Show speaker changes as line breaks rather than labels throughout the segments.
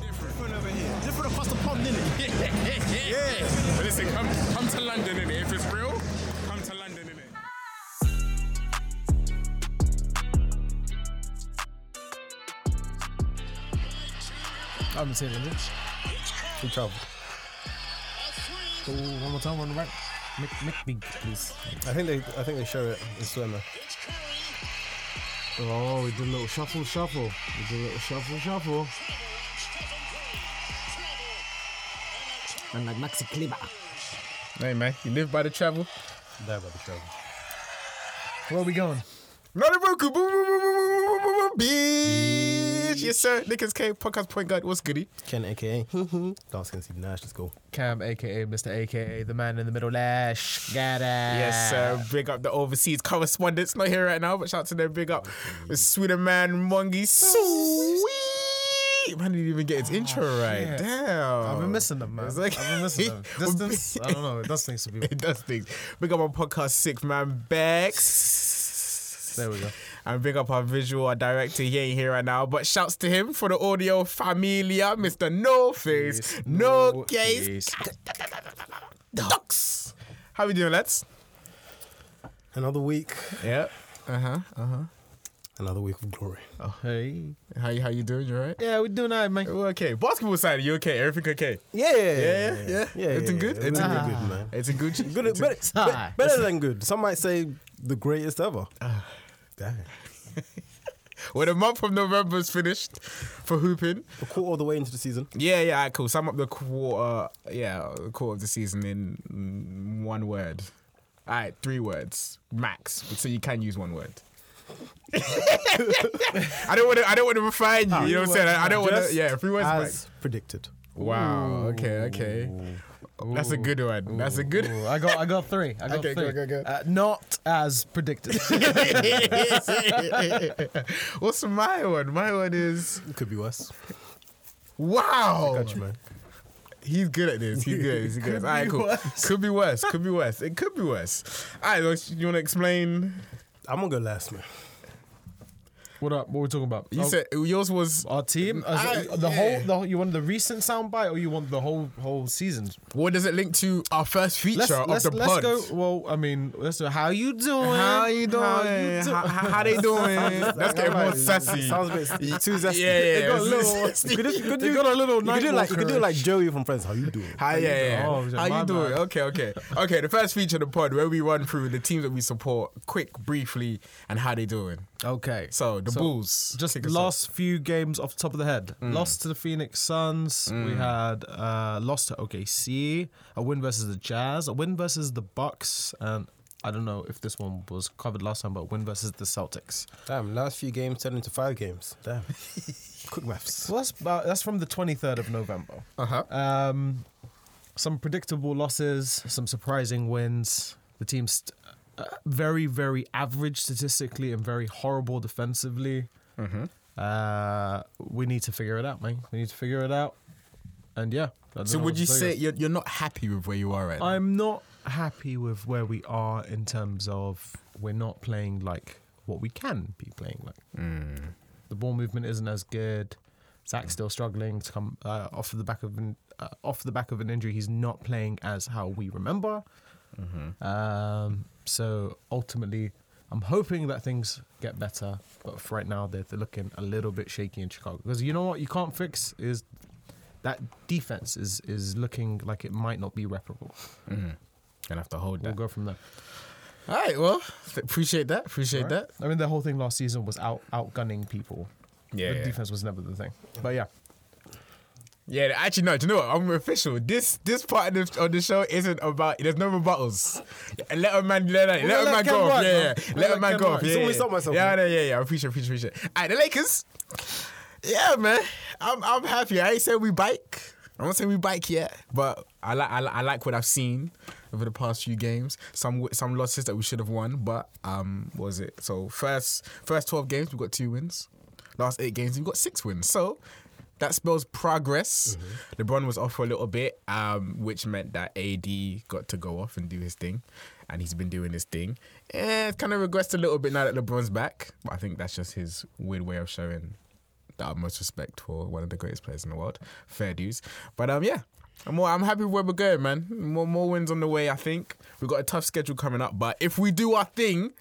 different over here.
Different across the pond, didn't it?
Yes.
But listen, come come to London in If it's real, come to London in
I haven't seen London.
He traveled.
Oh, one more time, one more right. Make, make big, please.
I think they, I think they show it in Swimmer.
Oh, we did a little shuffle, shuffle. We did a little shuffle, shuffle.
Man like Maxi Kleber.
Hey man, you live by the travel.
There by the travel.
Where are we going?
Nariboku, boom, boom, boom, boom, boom, boom, boom, boom, bitch. Yes, sir. Nickens K, podcast point guard. What's goody?
Ken, aka Dark Skin Steve Nash. Let's go.
Cam, aka Mr. AKA, the man in the middle, Lash. Got it.
Yes, sir. Big up the overseas correspondents. Not here right now, but shout out to them. Big up
Mm.
the Sweden man, Mongi. Sweet. Man didn't even get his intro right.
Oh, shit.
Damn.
I've been missing them, man.
It's like-
I've been missing them. Distance, I don't know. It does things to people.
It does things. Big up our podcast six man Bex.
There we go.
And big up our visual, our director. He ain't here right now, but shouts to him for the audio familia, Mr. No Face,
Yes,
No,
no
Case,
case.
Ducks. How we doing, lads?
Another week.
Yeah. Uh huh. Uh huh.
Another week of glory.
Hey.
How you How you doing? You alright?
Yeah, we're doing that, man.
Well, okay. Basketball side, you okay? Everything okay?
Yeah.
Yeah, yeah, yeah. It's been good,
It's
it's
been
been
good, man.
It's a Gucci.
Ah. Good,
It's a-
better,
Sigh.
better than good. Some might say the greatest ever. Damn.
When the month of November's finished for hooping,
A quarter of the way into the season.
Yeah, yeah, all right, cool. Sum up the quarter, yeah, the quarter of the season in mm, one word. All right, three words max. So you can use one word. I don't want to. I don't want to refine you. You know what I'm saying. I, I don't want
Just
to. Yeah, three words max.
As predicted.
Wow. Okay. Okay. That's a good one. That's a good.
Ooh, I got, I got three. I got
Okay, go,
three.
go, go.
Uh, not as predicted.
What's my one? My one is
It could be worse.
wow.
Got you, man.
He's good at this. He's good. at this. He's good. At this. All right, cool. Could be worse. Could be worse. It could be worse. All right, Losh, you want to explain?
I'm gonna go last, man.
what up? What are we talking about?
You
Oh,
said yours was
our team. As-
I-
the
yeah.
whole, the whole. You want the recent soundbite, or you want the whole whole season?
what does it link to our first feature
Let's
of
let's,
the
let's
pod?
go. Well, I mean, let's do. How you doing?
How you doing?
How
How,
you doing?
how, how they doing? Let's get more
Alright,
sassy.
Sounds a bit too
Yeah,
zesty.
yeah.
got a little-
You could, you could
They
do,
got a little
you could do
night
like you could do
walker.
like Joey from Friends. How you doing?
Hi, yeah, yeah.
Oh, shit,
How
my
you doing?
bad.
Okay, okay, okay. The first feature of the pod where we run through the teams that we support, quick, briefly, and how they doing.
Okay.
So the Bulls
Just
kick us off. Mm.
last few games off the top of the head. Lost to the Phoenix Suns. We had uh, lost to OKC. A win versus the Jazz. A win versus the Bucks. And I don't know if this one was covered last time, but a win versus the Celtics.
Damn, last few games turned into five games. Damn. Quick maths.
So that's about, that's from the 23rd of November.
Uh-huh.
Um, some predictable losses, some surprising wins. The team's st- uh, very, very average statistically and very horrible defensively.
Mm-hmm.
Uh, we need to figure it out, man. We need to figure it out. And yeah. I don't
So
know what
would
to
you
tell
say you're, you're not happy with where you are right now?
I'm not happy with where we are in terms of we're not playing like what we can be playing like.
Hmm.
The ball movement isn't as good. Zach's still struggling to come uh, off of the back of an, uh, off the back of an injury. He's not playing as how we remember.
Mm-hmm.
Um, so ultimately, I'm hoping that things get better. But for right now, they're, they're looking a little bit shaky in Chicago because you know what you can't fix is that defense is is looking like it might not be reparable.
Gonna have to hold
We'll
that.
go from there.
All right, well, th- appreciate that. Appreciate that.
I mean, the whole thing last season was out outgunning people.
Yeah,
the
yeah.
defense was never the thing. But yeah,
Yeah, actually, no. Do you know what? I'm official. This this part of the, of the show isn't about. There's no rebuttals. Let a man let, let,
let
a man
Ken
go off.
run,
Yeah,
man.
yeah. Let,
Let let
a man
Ken
go
run.
off.
He's
Yeah,
always
yeah.
stopped myself,
Yeah,
man.
yeah, yeah, yeah. I appreciate, appreciate, appreciate. All right, the Lakers. Yeah, man. I'm I'm happy. I ain't saying we bike. I'm not saying we bike yet, but I like I, li- I like what I've seen over the past few games. Some w- some losses that we should have won, but um, what was it? So first first twelve games we got two wins. Last eight games we've got six wins. So that spells progress. LeBron was off for a little bit, um, which meant that AD got to go off and do his thing, and he's been doing his thing. Eh, it's kind of regressed a little bit now that LeBron's back, but I think that's just his weird way of showing the utmost respect for one of the greatest players in the world. Fair dues. But um, yeah, I'm, more, I'm happy with where we're going, man. More, more wins on the way, I think. We've got a tough schedule coming up, but if we do our thing,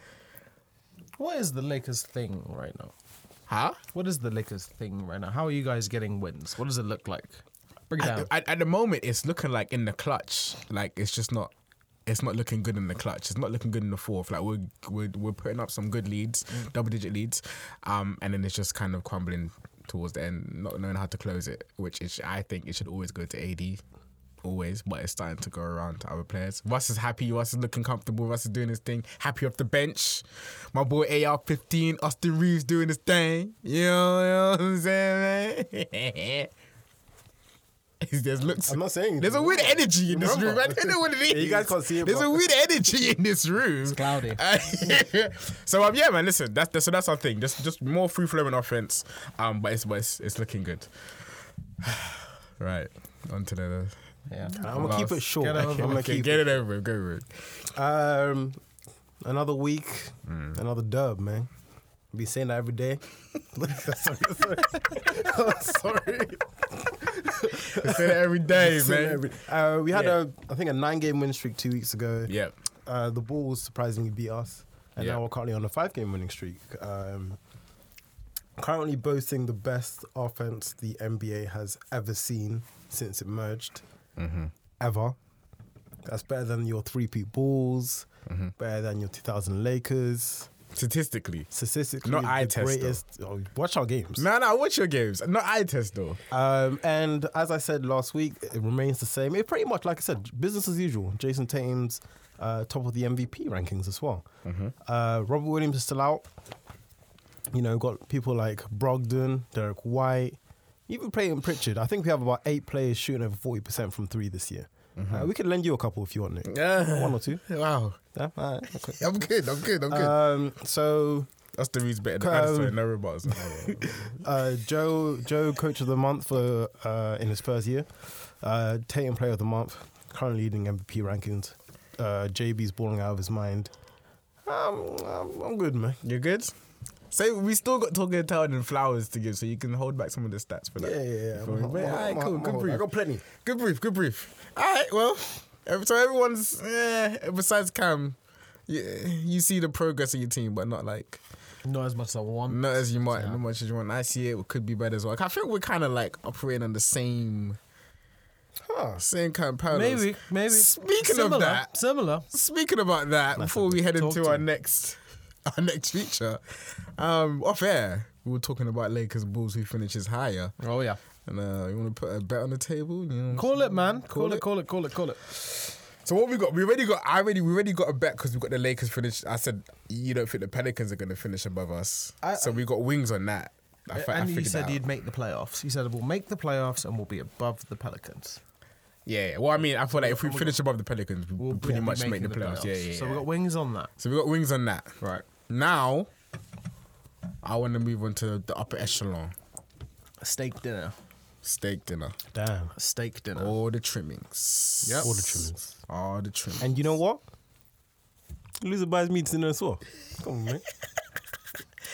What is the Lakers thing right now?
huh?
What is the Lakers thing right now? How are you guys getting wins? What does it look like? Break it down.
At, at the moment, it's looking like in the clutch. Like it's just not. It's not looking good in the clutch. It's not looking good in the fourth. Like we're we're, we're putting up some good leads, double digit leads, um, and then it's just kind of crumbling towards the end, not knowing how to close it. Which is, I think, it should always go to AD, always. But it's starting to go around to other players. Russ is happy. Russ is looking comfortable. Russ is doing his thing. Happy off the bench. My boy AR fifteen, Austin Reeves doing his thing. You know, what I'm saying, man? There's looks.
I'm not saying
There's a
anything.
weird energy in this room. I don't know what it is.
Yeah, you guys can't see it,
There's a
but-
weird energy in this room. It's
cloudy.
so um, yeah, man. Listen, that's, that's so that's our thing. Just just more free flowing offense. Um, but it's but it's, it's looking good. right, on to the.
yeah.
I'm gonna keep it short.
Get it
I'm
over
gonna
Okay,
keep
get it over with. Go with it.
it. Um, another week,
Mm.
another dub, man. Be saying that every day. sorry, sorry. I'm sorry.
We say that every day,
Saying
man.
that every- Uh, we had
Yeah.
a, I think a nine-game win streak two weeks ago.
yeah.
Uh, the Bulls surprisingly beat us, and
Yeah.
now we're currently on a five-game winning streak. Um, currently boasting the best offense the NBA has ever seen since it merged,
Mm-hmm.
ever. That's better than your three-peat Bulls,
Mm-hmm.
better than your 2000 Lakers.
Statistically.
Statistically,
Not eye
the
test, though.
greatest. Oh, watch our games.
No, no. Watch your games. Not eye test though.
Um, and as I said last week, it remains the same. It pretty much, like I said, business as usual. Jason Tatum's uh, top of the MVP rankings as well.
Mm-hmm.
Uh, Robert Williams is still out. You know, got people like Brogdon, Derek White, even Peyton Pritchard. I think we have about eight players shooting over forty percent from three this year.
Mm-hmm.
Uh, we could lend you a couple if you want, Nick. One or two.
Wow.
Yeah, all right, okay.
I'm good. I'm good. I'm good.
Um, so
that's the reason better. Than, um,
um,
sorry, no robots.
Uh, Joe, Joe, coach of the month for uh, in his first year. Uh, Tatum, player of the month, currently leading MVP rankings. Uh, JB's balling out of his mind. Um, I'm, I'm good, man.
You're good? So we still got Tolkien Town and flowers to give, so you can hold back some of the stats for that.
Yeah, yeah, yeah.
You
I'm-
feel me?
I'm-
But,
I'm-
alright, cool.
I'm-
Good
I'm-
brief.
I got plenty.
Good brief. Good brief. All right. Well, ev- so everyone's eh, besides Cam, you, you see the progress of your team, but not like
Not as much as I want.
not as you might, not much as you want. I see it. It could be better as well. I think we're kind of like operating on the same,
Huh.
same kind of parallels.
Maybe, maybe.
Speaking
similar,
of that,
similar.
Speaking about that, before we head
Talk
into
to
our
me.
next our next feature, um, off air, we were talking about Lakers Bulls who finishes higher.
Oh yeah.
And uh, you want to put a bet on the table? You know?
Call it, man. Call,
Call
it,
it.
Call it. Call it. Call it.
So what we got? We already got. I already we already got a bet because we got the Lakers finish. I said you don't think the Pelicans are going to finish above us, so we got wings on that. I, fi- I
and you
figured
said
that out.
you'd make the playoffs. You said we'll make the playoffs and we'll be above the Pelicans.
yeah, yeah. Well, I mean, I feel like if we finish above the Pelicans, we
We'll
we pretty
be
much make
making
the playoffs. Yeah, yeah.
So
yeah.
we got wings on that.
So we got wings on that.
Right.
Now, I want to move on to the upper echelon
A steak dinner.
steak dinner.
Damn.
A steak dinner.
All the trimmings.
Yep.
All the trimmings.
All the trimmings.
And you know what? Loser buys me dinner as well. Come on, man.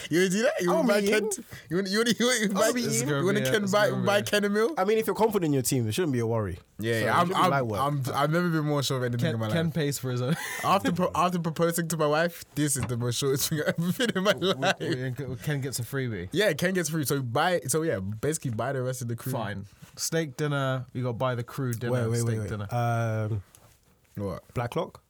you wanna do that? You
I'll
wanna buy
be
Ken?
in.
You wanna you wanna you wanna buy,
be
you
in.
wanna
It's
Ken
gonna
buy
be-
buy Ken a meal?
I mean, if you're confident in your team, it shouldn't be a worry.
Yeah, yeah.
So it
I'm,
should be light
I'm,
work.
I'm, I've never been more sure of anything in my
Ken, Ken
life.
pays for his own.
After pro- after proposing to my wife, this is the most shortest thing I've ever been in my life.
Ken gets a freebie.
Yeah, Ken gets free. So buy. So yeah, basically buy the rest of the crew.
Fine. Steak dinner. You got to buy the crew dinner.
wait, wait,
steak
wait, wait.
dinner.
Um,
What?
Blacklock.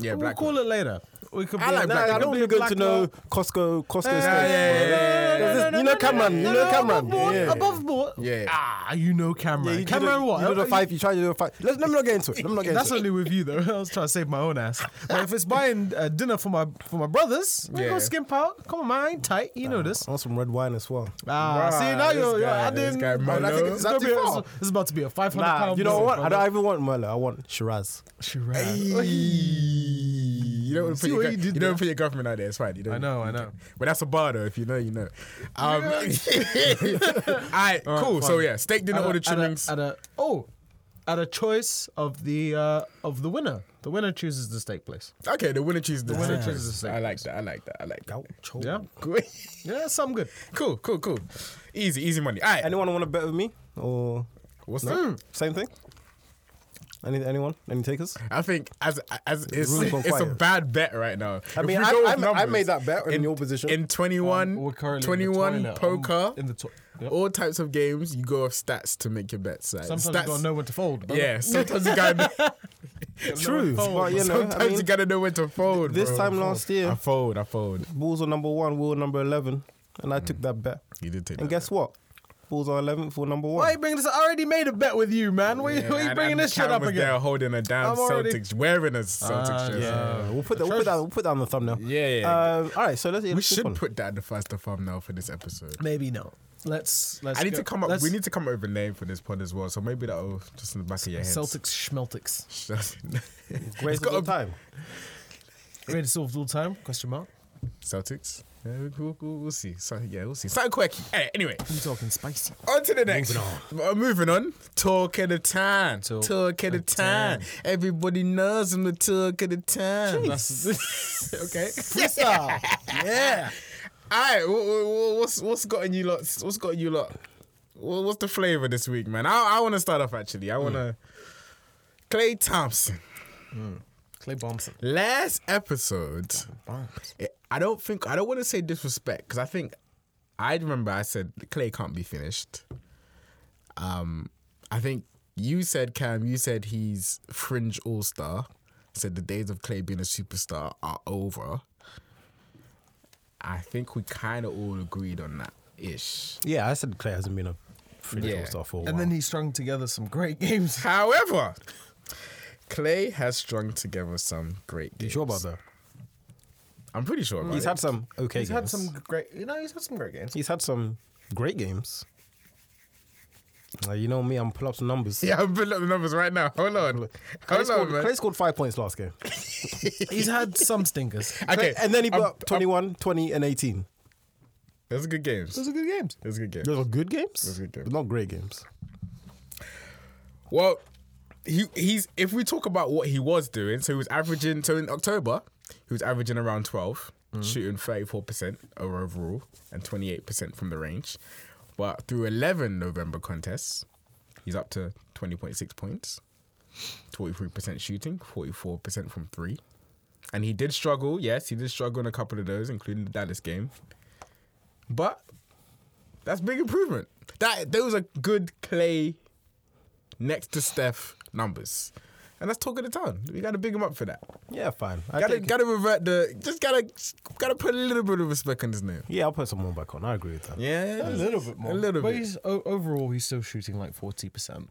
Yeah,
we'll
black.
call it later. We could.
I
be-
like
No,
Black
I
Lock.
don't
Be
want to go
Black
to no
Lock.
Costco, Costco
Yeah,
steak.
yeah, yeah, yeah,
There's this- You know Cameron. You know Cameron.
Above board.
Yeah.
Above board.
Yeah.
Ah, you know Cameron.
Yeah, you
Cameron
did a,
what?
You did a
Uh,
five. You tried to do a five. Let's, let me not get into it. Let me not get
That's
into
only with you though. I was trying to save my own ass. But if it's buying uh, dinner for my for my brothers, we
Yeah.
gonna skimp out. Come on, man, I ain't tight. You know
it.
this.
I want some red wine as well.
Ah,
Bruh,
see now
this
you're, you're
guy- this
adding.
guy
Oh,
Merlot.
I think it's, gonna be,
That's
it's,
too far.
it's about to be a five hundred
Nah,
pound.
you know
bill,
what? I
brother.
don't even want Merlot. I want Shiraz.
Shiraz.
You don't want to put,
See
your,
what
gov- you
you did
don't
there?
put your government out there. It's fine. You don't
I know, I know.
But that's a bar though. If you know, you know. Um, all right, cool. So
fine.
yeah, steak dinner,
At
all
a-
the
at a-
trimmings.
at a- Oh, at a choice of the uh, of the winner. The winner chooses the steak place.
Okay, the winner chooses the,
winner
steak
chooses the
place.
steak
I like that. I like that. I like that.
Gaucho.
Yeah,
Cool.
yeah, some good.
cool, cool, cool. Easy, easy money. All right.
Anyone want to bet with me or
What's
no?
that?
Mm.
Same thing. Any anyone? Any takers?
I think as as it's,
room's gone
it's a
quiet.
bad bet right now.
I
If
mean,
we
I-
go with
I ma- I
numbers,
made that bet in your position.
in
Um,
21, 21 poker, Oh,
in the to- yep.
all types of games. You go off stats to make your bets. Like,
Sometimes
stats,
you gotta know when to fold. brother.
Yeah, sometimes you gotta.
True. But you know,
sometimes
I mean,
you gotta know when to fold.
this
bro.
time last
I
year,
fold. I fold.
Bulls were number one, we were number eleven, and I took that bet.
You did take
And
that.
guess what? Bulls are eleventh for number
Why are
one.
you bringing this? I already made a bet with you, man. Why,
Yeah,
why are you
and-
bringing
and
this shit
Cam
up
was
again?
There holding a damn
I'm already-
Celtics, wearing a Celtics
Ah,
shirt.
Yeah, we'll put that. We'll put that. We'll put that on the thumbnail.
Yeah, yeah.
Um, all right. So let's.
We
let's keep
should
on.
put that in the first thumbnail for this episode.
Maybe not. Let's. let's
I need
go-
to come up.
let's-
We need to come up with a name for this pod as well. So maybe that'll just in the back of your head.
Celtics Schmeltics.
Greatest of all time.
Greatest of all time? Question mark.
Celtics. Yeah, we- we'll, we'll, we'll see. So, yeah, we'll see. Something quirky. Eh, anyway,
You talking spicy?
on to the next. Moving on. moving on. Talk of the town.
Talk
Talk, of the
of
town.
town.
Everybody knows him. The talk of the town.
That's, okay.
freestyle. yeah. All right. wha- wha- wha- What's what's gotten you lot? What's gotten you lot? wha- What's the flavor this week, man? I I want to start off actually. I want to. Clay Thompson.
Clay Thompson.
Last episode, it- I don't think I don't want to say disrespect because I think I remember I said Clay can't be finished. Um, I think you said Cam. You said he's fringe all star. Said the days of Clay being a superstar are over. I think we kind of all agreed on that ish.
Yeah, I said Clay hasn't been a fringe
Yeah.
all star for a while.
And then he strung together some great games.
However, Clay has strung together some great.
you
Games.
sure about that?
I'm pretty sure about
He's
it.
had some okay
He's
games.
had some great. You know, he's had some great games.
He's had some great games. Uh, you know me, I'm pull up some numbers.
Yeah, I'm pulling up the numbers right now. Hold on. Hold
Clay,
on,
scored,
man.
Clay scored five points last game.
He's had some stinkers.
Okay.
and then he put
I'm-
up 21, 20, and 18.
Those are good games.
Those are good games.
Those are good games.
Those are good games,
Those are good games.
but not great games.
Well, he he's if we talk about what he was doing, so he was averaging so in October, he was averaging around 12, shooting 34% over overall and 28% from the range. But through 11 November contests, he's up to 20.6 points, 43% shooting, 44% from 3. And he did struggle, yes, he did struggle in a couple of those including the Dallas game. But that's big improvement. That those are good clay next to Steph numbers. And that's talk of the town. We gotta big him up for that.
Yeah, fine. I
Gotta
take it.
gotta revert the just gotta gotta put a little bit of respect on his name.
yeah, I'll put some more back on. I agree with that.
Yeah.
A little bit more.
A little
but
bit.
He's, o- overall, he's still shooting like 40%.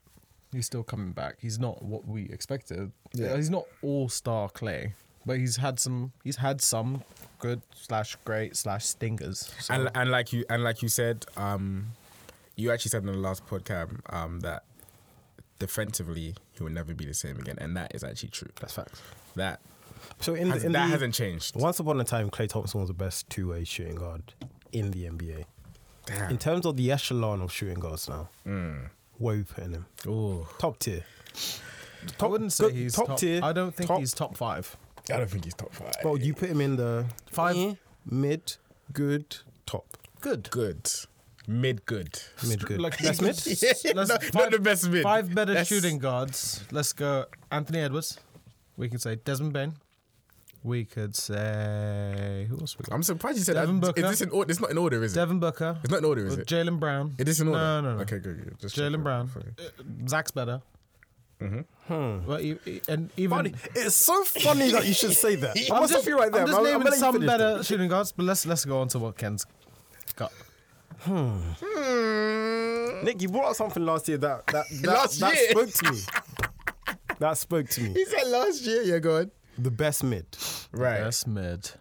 He's still coming back. He's not what we expected.
Yeah.
He's not all star Clay, but he's had some. He's had some good slash great slash stingers. So
And, and like you and like you said, um, you actually said in the last podcast um, that defensively he will never be the same again, and that is actually true.
That's facts.
That
So in,
has,
the, in
that
the-
hasn't changed.
Once upon a time, Clay Thompson was the best two way shooting guard in the NBA. In
Damn.
terms of the echelon of shooting guards now,
Hmm.
where are we putting him?
Oh,
Top tier.
I
Top,
wouldn't say
good-
he's
top, tier.
I don't think
top-
he's top five.
I don't think he's top five.
Well, you put him in the
Five.
eh, mid, good, top.
Good.
good, mid good.
Mid, good.
Like
Best mid?
No, not the best mid.
Five better
That's-
shooting guards. Let's go. Anthony Edwards. We can say Desmond Bain. We could say who else? We got?
I'm surprised you said
Devin
that. Is
Booker.
this in order? It's not in order, is it?
Devin Booker.
It's not in order, is
Or
it?
Jalen Brown.
It is in order.
No, no, no.
Okay, good, good. Just
Jalen
checking.
Brown.
Sorry.
Uh, Zach's better. Mm-hmm. Well, e- e- and even
Funny. It's so funny that you should say that. I
I'm
must
just,
stop you right there.
I'm just
but
naming
letting you
some
finish
better
that.
shooting guards, but let's let's go on to what Ken's got.
Nick, you brought up something last year that that that,
Last
that
year.
spoke to me. that spoke to me.
He said last year. Yeah, go on.
The best mid.
Right.
Best mid.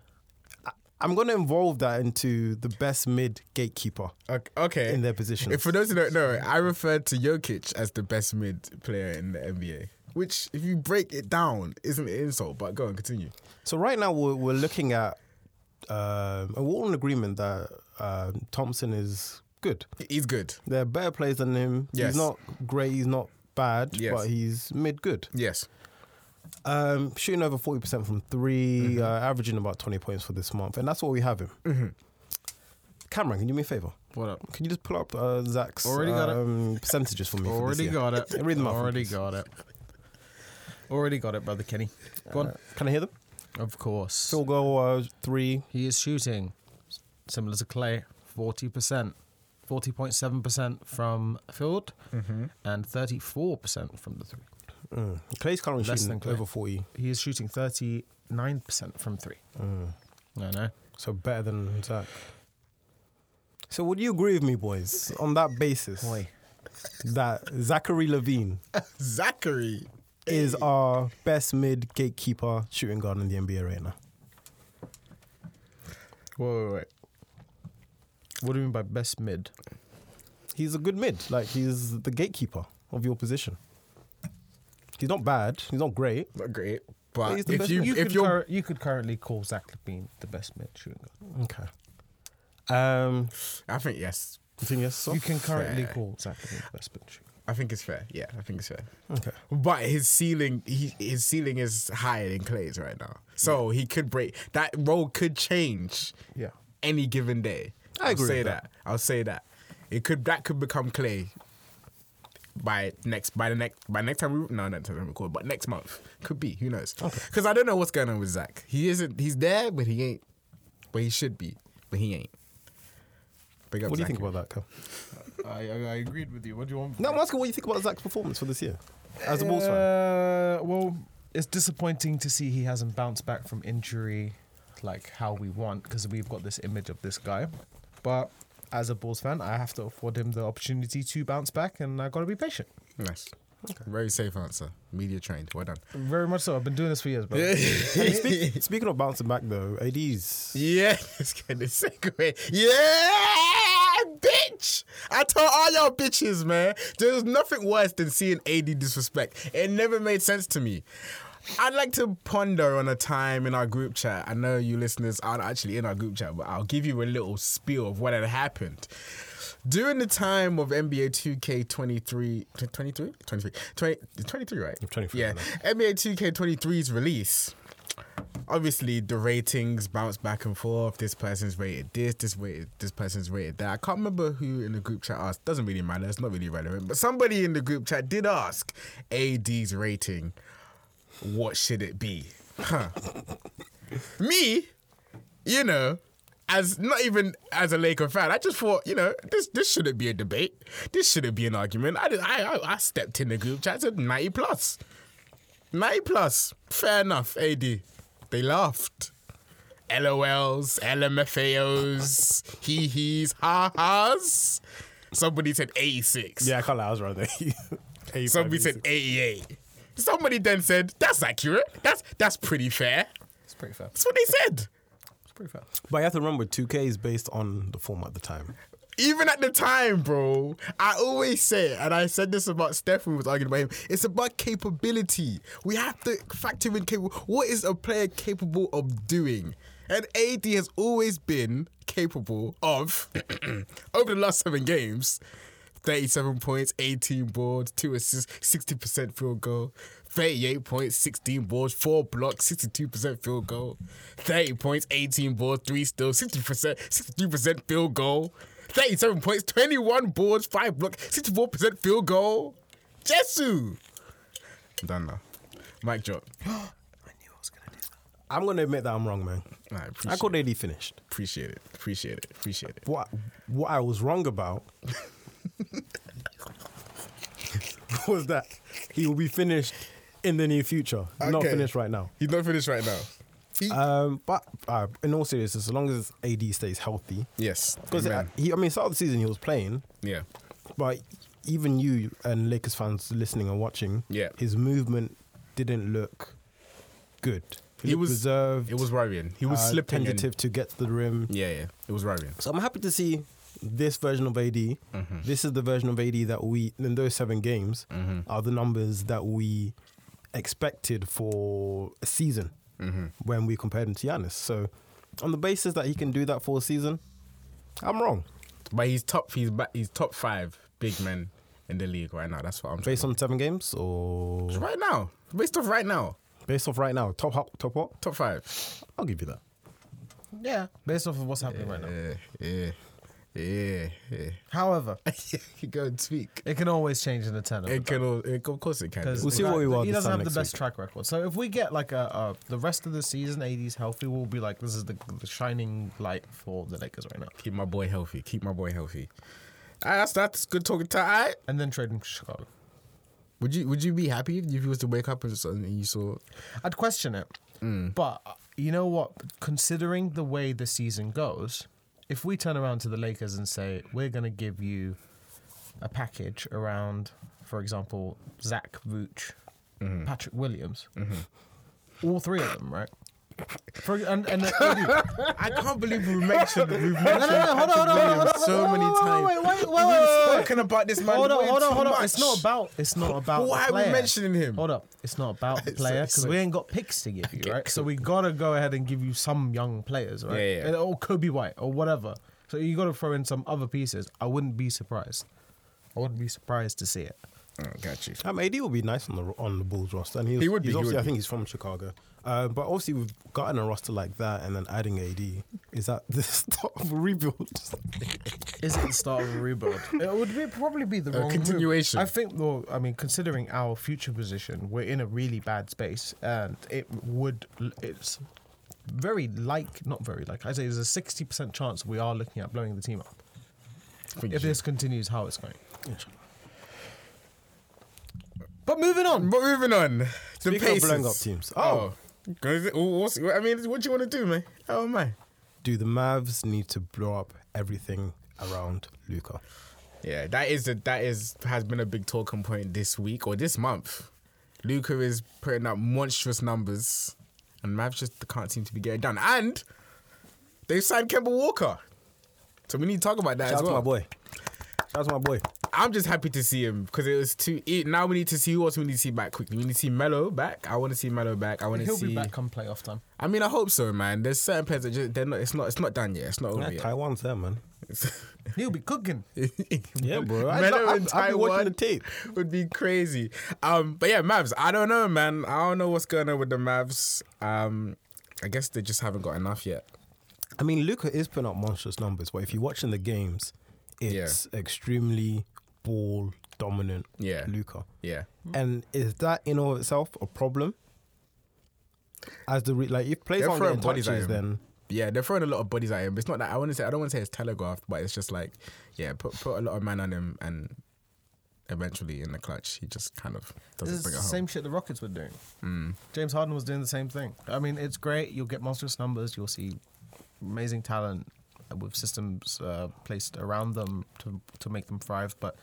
I'm going to involve that into the best mid gatekeeper
Ok- Okay.
in their position.
If for those who don't know, I referred to Jokic as the best mid player in the NBA. Which, if you break it down, isn't an insult. But go on, continue.
So right now we're, we're looking at um, and we're all in agreement that uh, Thompson is good.
He's good.
There are better players than him.
Yes.
He's not great. He's not bad,
Yes.
but he's mid good.
Yes.
Um, shooting over 40% from 3
Mm-hmm.
uh, averaging about 20 points for this month, and that's what we have him. Cameron, can you do me a favor?
What up?
Can you just pull up uh, Zach's
Already got it.
um, percentages for me? for this
Already
year?
got it.
Read them out for me,
Already
please.
got it. Already got it, brother Kenny. Go on.
Can I hear them?
Of course.
Phil goal uh, three.
He is shooting, s- similar to Clay, 40%, 40.7% from field and 34% from the three.
Mm. Clay's currently
Less
shooting
than Clay.
over 40,
He is shooting 39% from three. No, no.
so better than Zach. So would you agree with me, boys, on that basis, that Zachary Levine
Zachary.
is our best mid gatekeeper shooting guard in the NBA right now?
Wait, wait, wait. What do you mean by best mid?
He's a good mid. Like he's the gatekeeper of your position. He's not bad. He's not great.
Not great. But
He's the
if
best
you
man.
You,
if
could,
you're
cur- you could currently call Zach Levine the best mid shooting guard.
Okay. Um,
I think yes.
you think yes,
You can currently
Fair.
call Zach Levine the best mid shooting
I think it's fair. Yeah, I think it's fair.
Okay.
But his ceiling, he, his ceiling is higher than Clay's right now. So he could break that role could change
Yeah.
any given day.
I
will
agree
Say
with
that.
that.
I'll say that. It could that could become Clay by next by the next by next time we no not time we record but next month could be who knows because I don't know what's going on with Zach. He isn't. He's there, but he ain't. But he should be, but he ain't. Big up
What do you
Zachary.
think about that, Kel?
I, I, I agreed with you. What do you want?
No, I'm asking what you think about Zach's performance for this year as a Bulls fan.
Uh, well, it's disappointing to see he hasn't bounced back from injury like how we want because we've got this image of this guy. But as a Bulls fan, I have to afford him the opportunity to bounce back, and I got to be patient.
Nice. Very safe answer. Media trained. Well done.
Very much so. I've been doing this for years, bro.
Hey, speak, speaking of bouncing back though, AD's
Yeah, it's kind of segue. Yeah, bitch. I told all y'all bitches, man. There's nothing worse than seeing AD disrespect. It never made sense to me. I'd like to ponder on a time in our group chat. I know you listeners aren't actually in our group chat, but I'll give you a little spiel of what had happened. During the time of NBA 2K 23, 23? 23, 20, 23, right?
23,
Yeah.
I know.
NBA 2K 23's release obviously the ratings bounce back and forth. This person's rated this, this rated, this person's rated that. I can't remember who in the group chat asked. Doesn't really matter. It's not really relevant. But somebody in the group chat did ask AD's rating. What should it be? Huh. Me, you know, as not even as a Laker fan, I just thought, you know, this this shouldn't be a debate. This shouldn't be an argument. I did, I, I I stepped in the group chat said ninety plus. 90 plus. Fair enough, AD. They laughed. LOLs, LMFAOs, hee hees, ha ha's. Somebody said 86.
Yeah, I can't lie, I was right there. 85,
Somebody said 88. Somebody then said, that's accurate. That's that's pretty fair.
It's pretty fair.
That's what they said.
It's pretty fair.
But you have to remember 2K is based on the form at the time.
Even at the time, bro, I always say, it, and I said this about Steph when we was arguing about him, it's about capability. We have to factor in capable. What is a player capable of doing? And AD has always been capable of, over the last seven games, 37 points, 18 boards, 2 assists, 60% field goal, 38 points, 16 boards, 4 blocks, 62% field goal, 30 points, 18 boards, 3 steals, 60%, 63% field goal, 37 points, 21 boards, 5 blocks, 64% field goal. Jesu! I'm done now. Mic drop.
I'm gonna admit that I'm wrong, man.
I appreciate,
I called AD finished.
appreciate it. Appreciate it. Appreciate it.
What what I was wrong about was that he will be finished in the near future, not
Okay.
finished right now.
He's not finished right now. He-
Um, but uh, in all seriousness, as long as AD stays healthy,
yes.
because
Amen.
he, I mean, start of the season he was playing,
yeah.
but even you and Lakers fans listening and watching,
Yeah.
his movement didn't look good. He,
It
was
was-
reserved.
It was worrying. He was
uh,
slipping. and-
tentative to get to the rim.
Yeah, yeah. It was worrying.
So I'm happy to see this version of AD.
Mm-hmm.
This is the version of AD that we in those seven games
Mm-hmm.
are the numbers that we expected for a season
Mm-hmm.
when we compared him to Giannis. So on the basis that he can do that for a season, I'm wrong.
But he's top. He's ba- he's top five big men in the league right now. That's what I'm trying.
Based on seven games or
Right now, based off right now,
based off right now, top ho- top what?
top five.
I'll give you that.
Yeah, based off of what's happening right now.
Yeah, yeah, yeah, yeah.
However,
you go and tweak.
it can always change in the tenor.
It can, all- it, of course, it can.
Because
We'll see what we want
He
this
doesn't
time
have the
next
best
week.
track record. So if we get like a, uh the rest of the season, AD's healthy, we'll be like, this is the, the shining light for the Lakers right now.
Keep my boy healthy. Keep my boy healthy. All right, that's that's good talking time. All right.
And then trade him to Chicago.
Would you would you be happy if you was to wake up and suddenly you saw?
I'd question it, but uh, you know what? Considering the way the season goes, if we turn around to the Lakers and say we're going to give you a package around, for example, Zach Vooch, Patrick Williams, all three of them, right? For, and, and
I can't believe we mentioned we've mentioned
No, no, no, hold on, hold on, hold on,
Williams so many times.
Wait, wait, wait, wait,
We've
wait, wait.
spoken about this man.
Hold on,
way
hold on,
too
hold on.
much.
It's not about. It's not about. the
Why are we
player.
mentioning him?
Hold up. It's not about the
It's-
player
it's-
because we ain't got picks to give you, right? So we gotta go ahead and give you some young players, right?
Yeah, yeah.
And- Or Kobe White or whatever. So you gotta throw in some other pieces. I wouldn't be surprised. I wouldn't be surprised to see it.
Oh, got you.
Um, AD would be nice on the on the Bulls roster, and he's,
He would be,
He's
he
obviously-
would
I
be.
think he's from Chicago, uh, but obviously we've gotten a roster like that, and then adding AD is that the start of a rebuild?
Is it the start of a rebuild? It would be, probably be the
A
wrong move.
continuation.
I think, well, I mean, considering our future position, we're in a really bad space, and it would. It's very like, not very like. I say there's a sixty percent chance we are looking at blowing the team up if this continues how it's going. But moving on.
But moving on, the
Speaking of
Pacers.
blowing up teams,
Oh,
oh,
'Cause it- what's- I mean, what do you want to do, man? Oh man.
do the Mavs need to blow up everything around Luca?
Yeah, that is the that is has been a big talking point this week or this month. Luca is putting up monstrous numbers, and Mavs just can't seem to be getting done. And they've signed Kemba Walker, so we need to talk about that
Shout
as
out to
well. Oh,
my boy. Shout out to my boy.
I'm just happy to see him because it was too. It, now we need to see who else we need to see back quickly. We need to see Melo back. I want to see Melo back. I want to
He'll
see.
be back come playoff time.
I mean, I hope so, man. There's certain players that just, they're not. It's not. It's not done yet. It's not over
Yeah, Taiwan's there, man.
yet.
He'll be cooking.
Yeah, bro. I'd
Melo
lo-
in
I'd- I'd be watching
Taiwan
the tape.
would be crazy. Um, but yeah, Mavs. I don't know, man. I don't know what's going on with the Mavs. Um, I guess they just haven't got enough yet.
I mean, Luca is putting up monstrous numbers, but if you're watching the games, it's extremely ball dominant.
Yeah.
Luca,
Yeah,
and is that in of itself a problem? As the re- like, if players
They're
aren't
throwing
getting
bodies at
touches,
him.
then
yeah. They're throwing a lot of bodies at him. But it's not that I want to say. I don't want to say it's telegraphed, but it's just like, yeah, put put a lot of man on him, and eventually in the clutch, he just kind of
This
doesn't
is the
bring it
same
home. Hmm.
shit the Rockets were doing. James Harden was doing the same thing. I mean, it's great. You'll get monstrous numbers. You'll see amazing talent with systems uh, placed around them to to make them thrive. But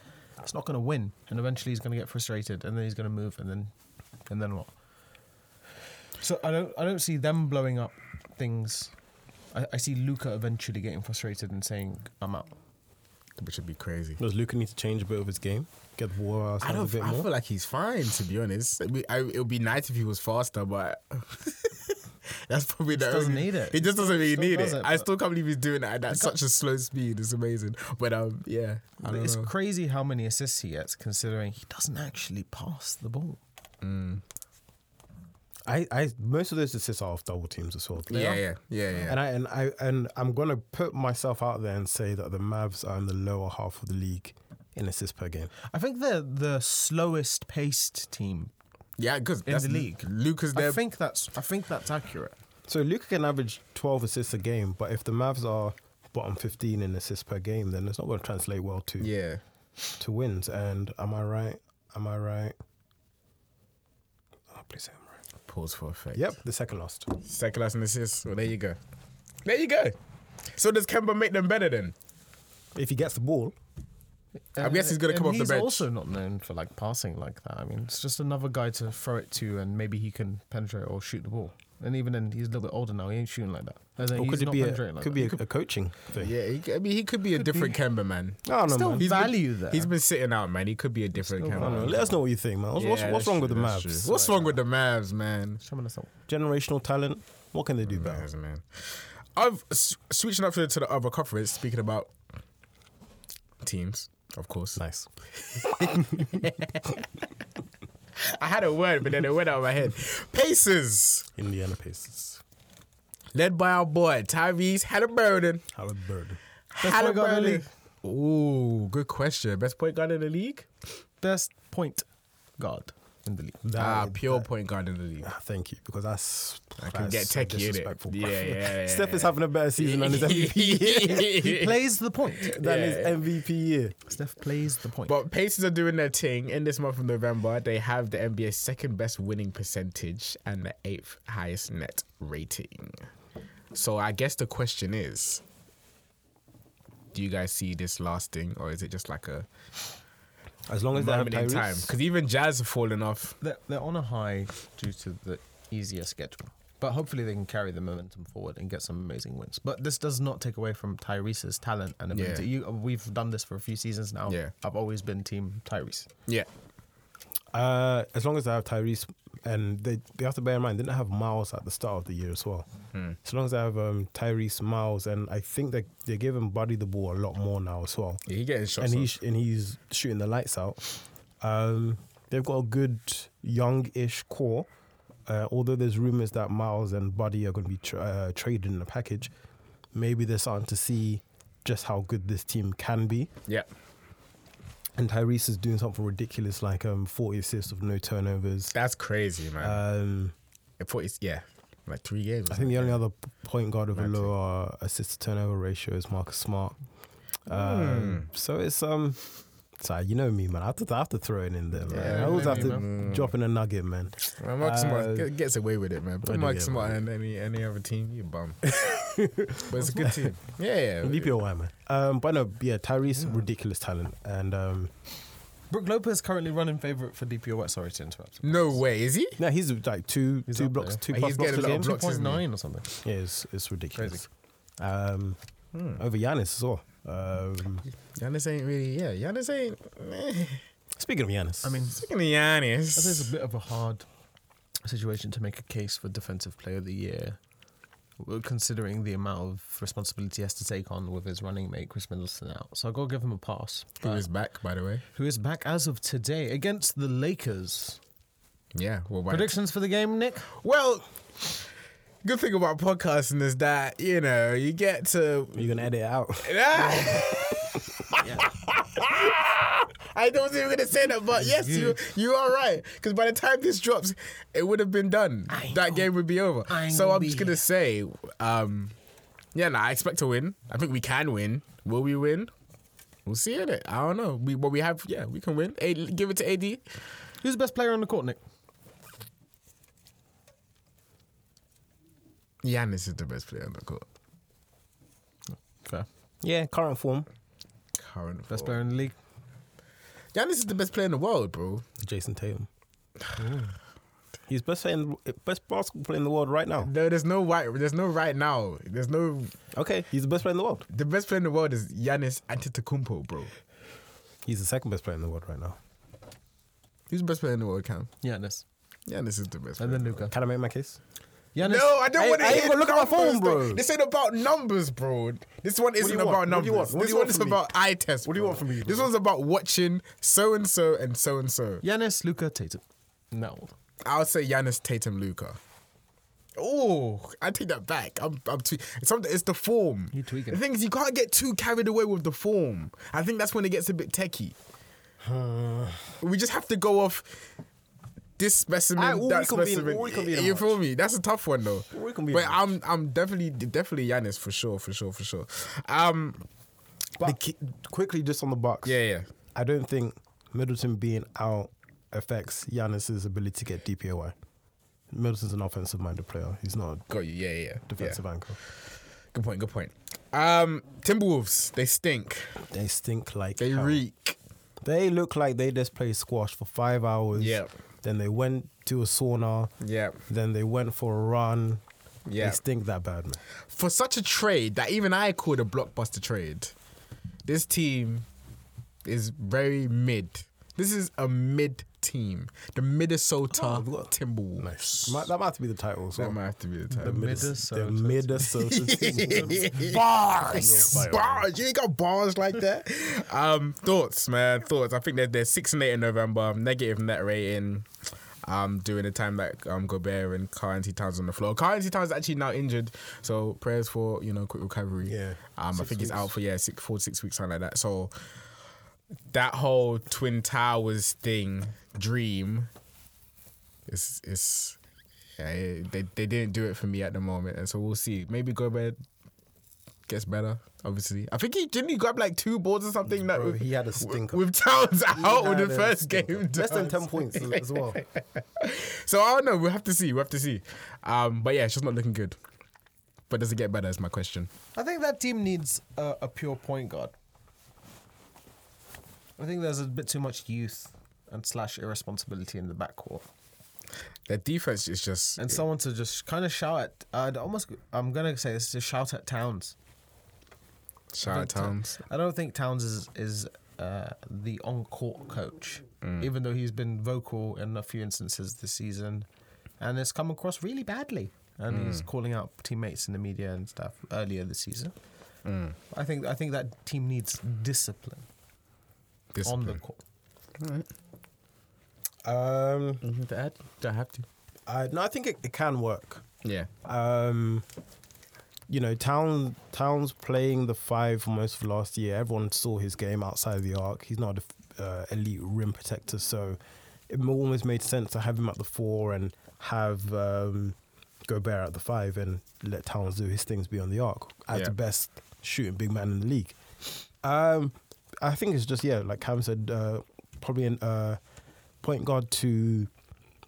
it's not going to win, and eventually he's going to get frustrated, and then he's going to move, and then and then what? So I don't I don't see them blowing up things. I, I see Luca eventually getting frustrated and saying, "I'm out."
Which would be crazy.
does Luca need to change a bit of his game? Get the ball out of his
I
hands
don't.
a bit
I
more.
feel like he's fine to be honest. I mean, I- it would be nice if he was faster, but that's probably the
doesn't
only-
need it.
He just doesn't really
Still
need
does
it.
it,
I
but-
still can't believe he's doing that at such a slow speed. It's amazing. But um, yeah, I don't
It's
know.
crazy how many assists he gets, considering he doesn't actually pass the ball.
I, I most of those assists are off double teams as well.
yeah, yeah, yeah, yeah.
And I and I and I'm gonna put myself out there and say that the Mavs are in the lower half of the league in assists per game.
I think they're the slowest paced team.
yeah, because
the league.
Lucas
I
there.
think that's I think that's accurate.
So Luca can average 12 assists a game, but if the Mavs are bottom 15 in assists per game, then it's not going to translate well to
yeah,
to wins. And am I right? Am I right? Oh, please say I'm right.
pause for effect.
Yep, the second last.
second last and assist. Well, there you go. There you go. So does Kemba make them better then?
If he gets the ball,
I guess he's gonna
And
come off the
he's
bench.
also not known for like passing like that. I mean, it's just another guy to throw it to, and maybe he can penetrate or shoot the ball. And even then, he's a little bit older now. He ain't shooting like that. As in,
or
he's
could it
not
be a,
penetrating like
could
that.
be a, a coaching thing?
Yeah, he, could- I mean, he could be a different Kemba man.
I don't know,
Still
man.
He's been-
value there.
He's been sitting out, man. He could be a different
I
Kemba.
don't know.
man.
Let us know what you think, man. What's, what's,
Yeah,
what's
that's
wrong
true,
with the
that's
Mavs?
true. What's wrong
uh,
with the Mavs, man?
Someone else.
Generational talent. What can they do better?
Mavs, man. I've s- switching up to the, to the other conference. Speaking about teams, Of course.
Nice.
I had a word, but then it went out of my head. Pacers,
Indiana Pacers.
led by our boy Tyrese Halliburton.
Halliburton.
point guard in the
Halliburton. Ooh, good question. Best point guard in the league?
Best point guard in the league.
Ah,
That,
pure point guard in the league.
ah, thank you, because that's
I can get
that's so
techie in it.
disrespectful,
Yeah,
bruv.
yeah, yeah.
Steph is having a better season than his MVP
He plays the point.
than
Yeah,
his
yeah.
MVP year.
Steph plays the point.
But Pacers are doing their thing. In this month of November, they have the NBA's second best winning percentage and the eighth highest net rating. So I guess the question is do you guys see this lasting or is it just like a
As long as they have
moment in
Tyrese,
time? Because even Jazz have fallen off.
they're, they're on a high due to the easier schedule. But hopefully they can carry the momentum forward and get some amazing wins. But this does not take away from Tyrese's talent and ability. You, we've done this for a few seasons now.
Yeah.
I've always been team Tyrese.
Yeah.
uh, as long as they have Tyrese, and they, they have to bear in mind they didn't have Miles at the start of the year as well.
Hmm.
So long as they have um, Tyrese, Miles, and I think they they're giving Buddy the ball a lot more now as well.
yeah he getting shots.
and
off.
he's and he's shooting the lights out. Um, they've got a good young-ish core. Uh, although there's rumors that Miles and Buddy are going to be tra- uh, traded in a package, maybe they're starting to see just how good this team can be.
yeah.
And Tyrese is doing something ridiculous, like um, 40 assists with no turnovers.
That's crazy, man.
Um,
It put- it's- yeah. Like three games.
I think the only other p- point guard with a
Magic.
lower assist to turnover ratio is Marcus Smart.
Hmm.
Um, So it's um, sorry, you know me, man. I have to, I have to throw it in there, man.
Yeah,
I
you
always
know
have
me,
to drop in a nugget, man.
Man, Mark Smart
Uh,
get- gets away with it, man. Put
do
Mark
you get,
Smart and any any other team, you bum. but it's a good team. Yeah, yeah.
VPOY, man. Um, but no, yeah, Tyrese, ridiculous talent, and um,
Brooke Lopez currently running favorite for DPOY. Sorry to interrupt.
No way, is he?
no, he's like two
He's
two
up
blocks,
there.
two
He's
plus blocks
getting a lot
a game.
of blocks.
Point nine or something.
Yeah, it's, it's ridiculous. Um,
Hmm.
over Giannis as well. Um,
Giannis ain't really. Yeah, Giannis ain't. Eh.
speaking of Giannis,
I mean,
Speaking of
I think it's
Giannis,
a bit of a hard situation to make a case for defensive player of the year, w- considering the amount of responsibility he has to take on with his running mate Chris Middleton out. So I gotta give him a pass.
who
but-
is back by the way?
who is back as of today against the Lakers?
Yeah, well, why-
Predictions for the game, Nick?
Well, good thing about podcasting is that you know you get to.
you're gonna edit it out.
I wasn't even gonna say that, but yes, you you are right. Because by the time this drops, it would have been done. that game would be over.
I ain't
so
gonna
I'm
be
just gonna
here.
say, um, yeah, nah, I expect to win. I think we can win. Will we win? We'll see in it. I don't know. We what we have, yeah, we can win. A, give it to AD.
Who's the best player on the court, Nick?
Giannis is the best player on the court.
Fair.
yeah, current form,
Current form.
Best player in the league.
Giannis is the best player in the world, bro.
Jason Tatum. He's best player in, best basketball player in the world right now.
No, there's no right. There's no right now. There's no.
Okay, he's the best player in the world.
The best player in the world is Giannis Antetokounmpo, bro.
He's the second best player in the world right now.
Who's the best player in the world, Cam?
Giannis.
Giannis is the best.
And
player.
then Luca.
Can I make my case?
Giannis.
No, I don't
I-
want to
I ain't
hear
gonna look at my phone,
numbers,
bro.
This ain't about numbers, bro. This one isn't
want?
about
What do
numbers.
you want? What do
this
you
one
want
is
from me?
about eye test.
What do you
bro.
want from me,
This
bro?
one's about watching so and so and so and so.
Giannis, Luca, Tatum. No.
I'll say Giannis, Tatum, Luca. Oh, I take that back. I'm, I'm too, it's, something, it's the form.
You tweaking.
The thing is, you can't get too carried away with the form. I think that's when it gets a bit techie. we just have to go off this specimen,
Aight, we'll
that
reconvene-
specimen.
we'll reconvene in
you
March.
feel me? That's a tough one though.
We'll reconvene
but
in
I'm, I'm definitely, definitely Giannis for sure, for sure, for sure. Um,
But quickly, just on the Bucks.
yeah, yeah.
I don't think Middleton being out affects Giannis's ability to get DPOY. Middleton's an offensive-minded player. He's not a
Got you. Yeah, yeah, yeah.
defensive
Yeah.
anchor.
Good point. Good point. Um, Timberwolves, they stink.
They stink like
They
hell.
reek.
They look like they just played squash for five hours.
Yep.
Then they went to a sauna.
Yep.
Then they went for a run.
Yep.
They stink that bad, man.
for such a trade that even I called a blockbuster trade, this team is very mid. This is a mid team, the Minnesota
we've got-
Timberwolves.
Nice. Might, that might have to be the title. as
That
well.
might have to be the title.
The
Minnesota.
Minnesota.
bars,
You're fired.
bars. You ain't got bars like that. um, thoughts, man, thoughts. I think they're, they're six and eight in November. Negative net rating. Um, during the time that um Gobert and Currency Towns on the floor. Currency Towns actually now injured, so prayers for you know quick recovery.
Yeah.
Um, I
Six
think he's
weeks.
out for yeah six, four to six weeks, something like that. So that whole Twin Towers thing, dream, is is yeah, it- they they didn't do it for me at the moment, and so we'll see. Maybe Gobert gets better. Obviously, I think he didn't he grab like two boards or something. that
Bro,
with,
he had a stinker.
with Towns out
He
with
had
the
a
first
stinker.
game.
Less than
Towns.
10 points as well.
So I don't know. We'll have to see. We'll have to see. Um, but yeah, it's just not looking good. But does it get better? Is my question.
I think that team needs a, a pure point guard. I think there's a bit too much youth and slash irresponsibility in the backcourt,
Their defense is just
and someone to just kind of shout at. I'd almost I'm gonna say this to shout at Towns.
shout out
think Ta-
Towns.
I don't think Towns is is uh, the on court coach, even though he's been vocal in a few instances this season, and it's come across really badly. And he's calling out teammates in the media and stuff earlier this season. I think I think that team needs discipline, on the
Discipline.
court.
Um,
Anything to add? Do Mm-hmm, I have to?
I, no, I think it, it can work.
Yeah.
Um, you know, Town Towns playing the five for most of last year. Everyone saw his game outside of the arc. He's not a uh, elite rim protector, so it m- almost made sense to have him at the four and have um, Gobert at the five and let Towns do his things beyond the arc as
Yeah.
the best shooting big man in the league. Um, I think it's just yeah, like Cam said, uh, probably an uh, point guard to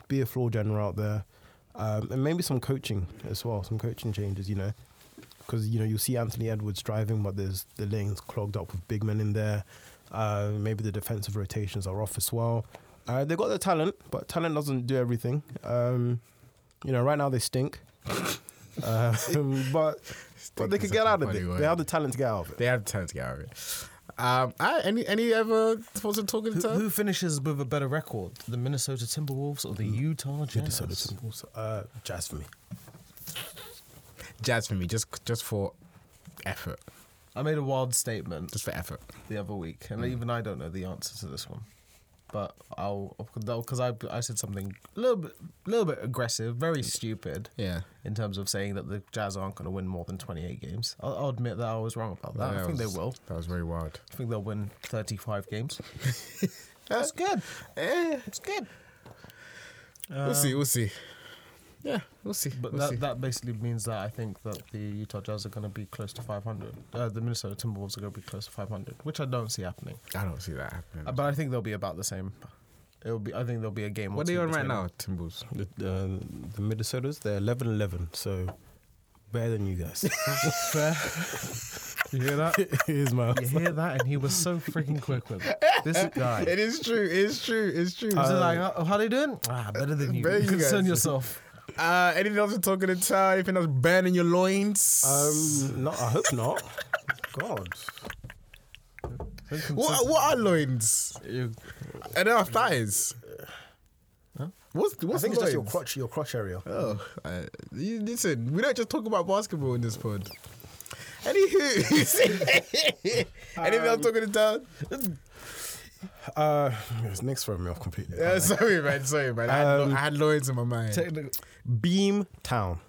be a floor general out there, um, and maybe some coaching as well, some coaching changes. You know, because you know you see Anthony Edwards driving, but there's the lanes clogged up with big men in there. Uh, maybe the defensive rotations are off as well. Uh, they've got the talent, but talent doesn't do everything. Um, you know, right now they stink. um, but but they
is
could
such
get
a
out of
funny
it.
word.
They have the talent to get out of it.
They have time to get out of it. Um, all right, any any ever thoughts on talking
Who,
to?
who finishes with a better record, the Minnesota Timberwolves or the Utah Jazz?
Minnesota Timberwolves. Uh, jazz for me.
Jazz for me, just just for effort,
I made a wild statement
just for effort.
the other week,
Mm.
and even I don't know the answer to this one. But I'll because I I said something a little bit little bit aggressive, very stupid.
Yeah.
In terms of saying that the Jazz aren't going to win more than 28 games, I'll, I'll admit that I was wrong about that. I think
was-
they will.
That was very wild.
I think they'll win 35 games. That's good.
Eh.
Yeah, it's good.
we'll see. We'll see. Yeah, we'll see.
But
we'll
that,
see.
that basically means that I think that the Utah Jazz are going to be close to 500. Uh, the Minnesota Timberwolves are going to be close to 500, which I don't see happening.
I don't see that happening.
Uh, But I think they'll be about the same. It'll be. I think there'll be a game. or
what are
two
you on right
between
now,
them.
Timbers?
The, uh, the Minnesotas, they're 11 11, so better than you guys.
You hear that?
Here's my.
you hear that? And he was so freaking quick with it. This guy.
It is true. It is true. It's true.
This is like, oh, how are you doing? Ah, better than you.
Better than you
Concern
guys.
yourself.
Uh, anything else we're talking to? Ty? Anything else burning your loins?
Um, no, I hope not. God.
what what are loins?
You-
And then our thighs. What's what's
I think it's just your
loins?
crotch, your crotch area.
Oh, uh, you, listen, we don't just talk about basketball in this pod. Anywho, anything I'm talking about?
Uh, it's next throwing me off completely.
Uh, sorry, man. Sorry, man. I, had, lo- I had Lloyd's in my mind.
Beam Town.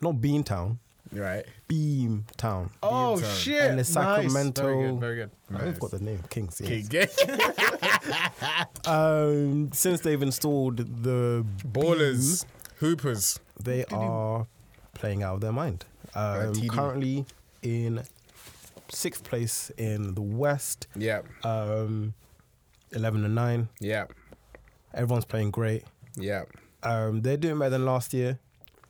Not Bean Town.
right.
Beam Town.
Oh
Beans out.
shit!
And the
Nice.
Sacramento.
Very good. Very good.
I've got the name Kings. Yes.
Ballers.
Um, since they've installed the beam,
Hoopers.
they are playing out of their mind. Um,
TD.
currently in sixth place in the West,
Yeah.
um, 11 and 9.
Yeah.
Everyone's playing great.
Yeah.
Um, they're doing better than last year.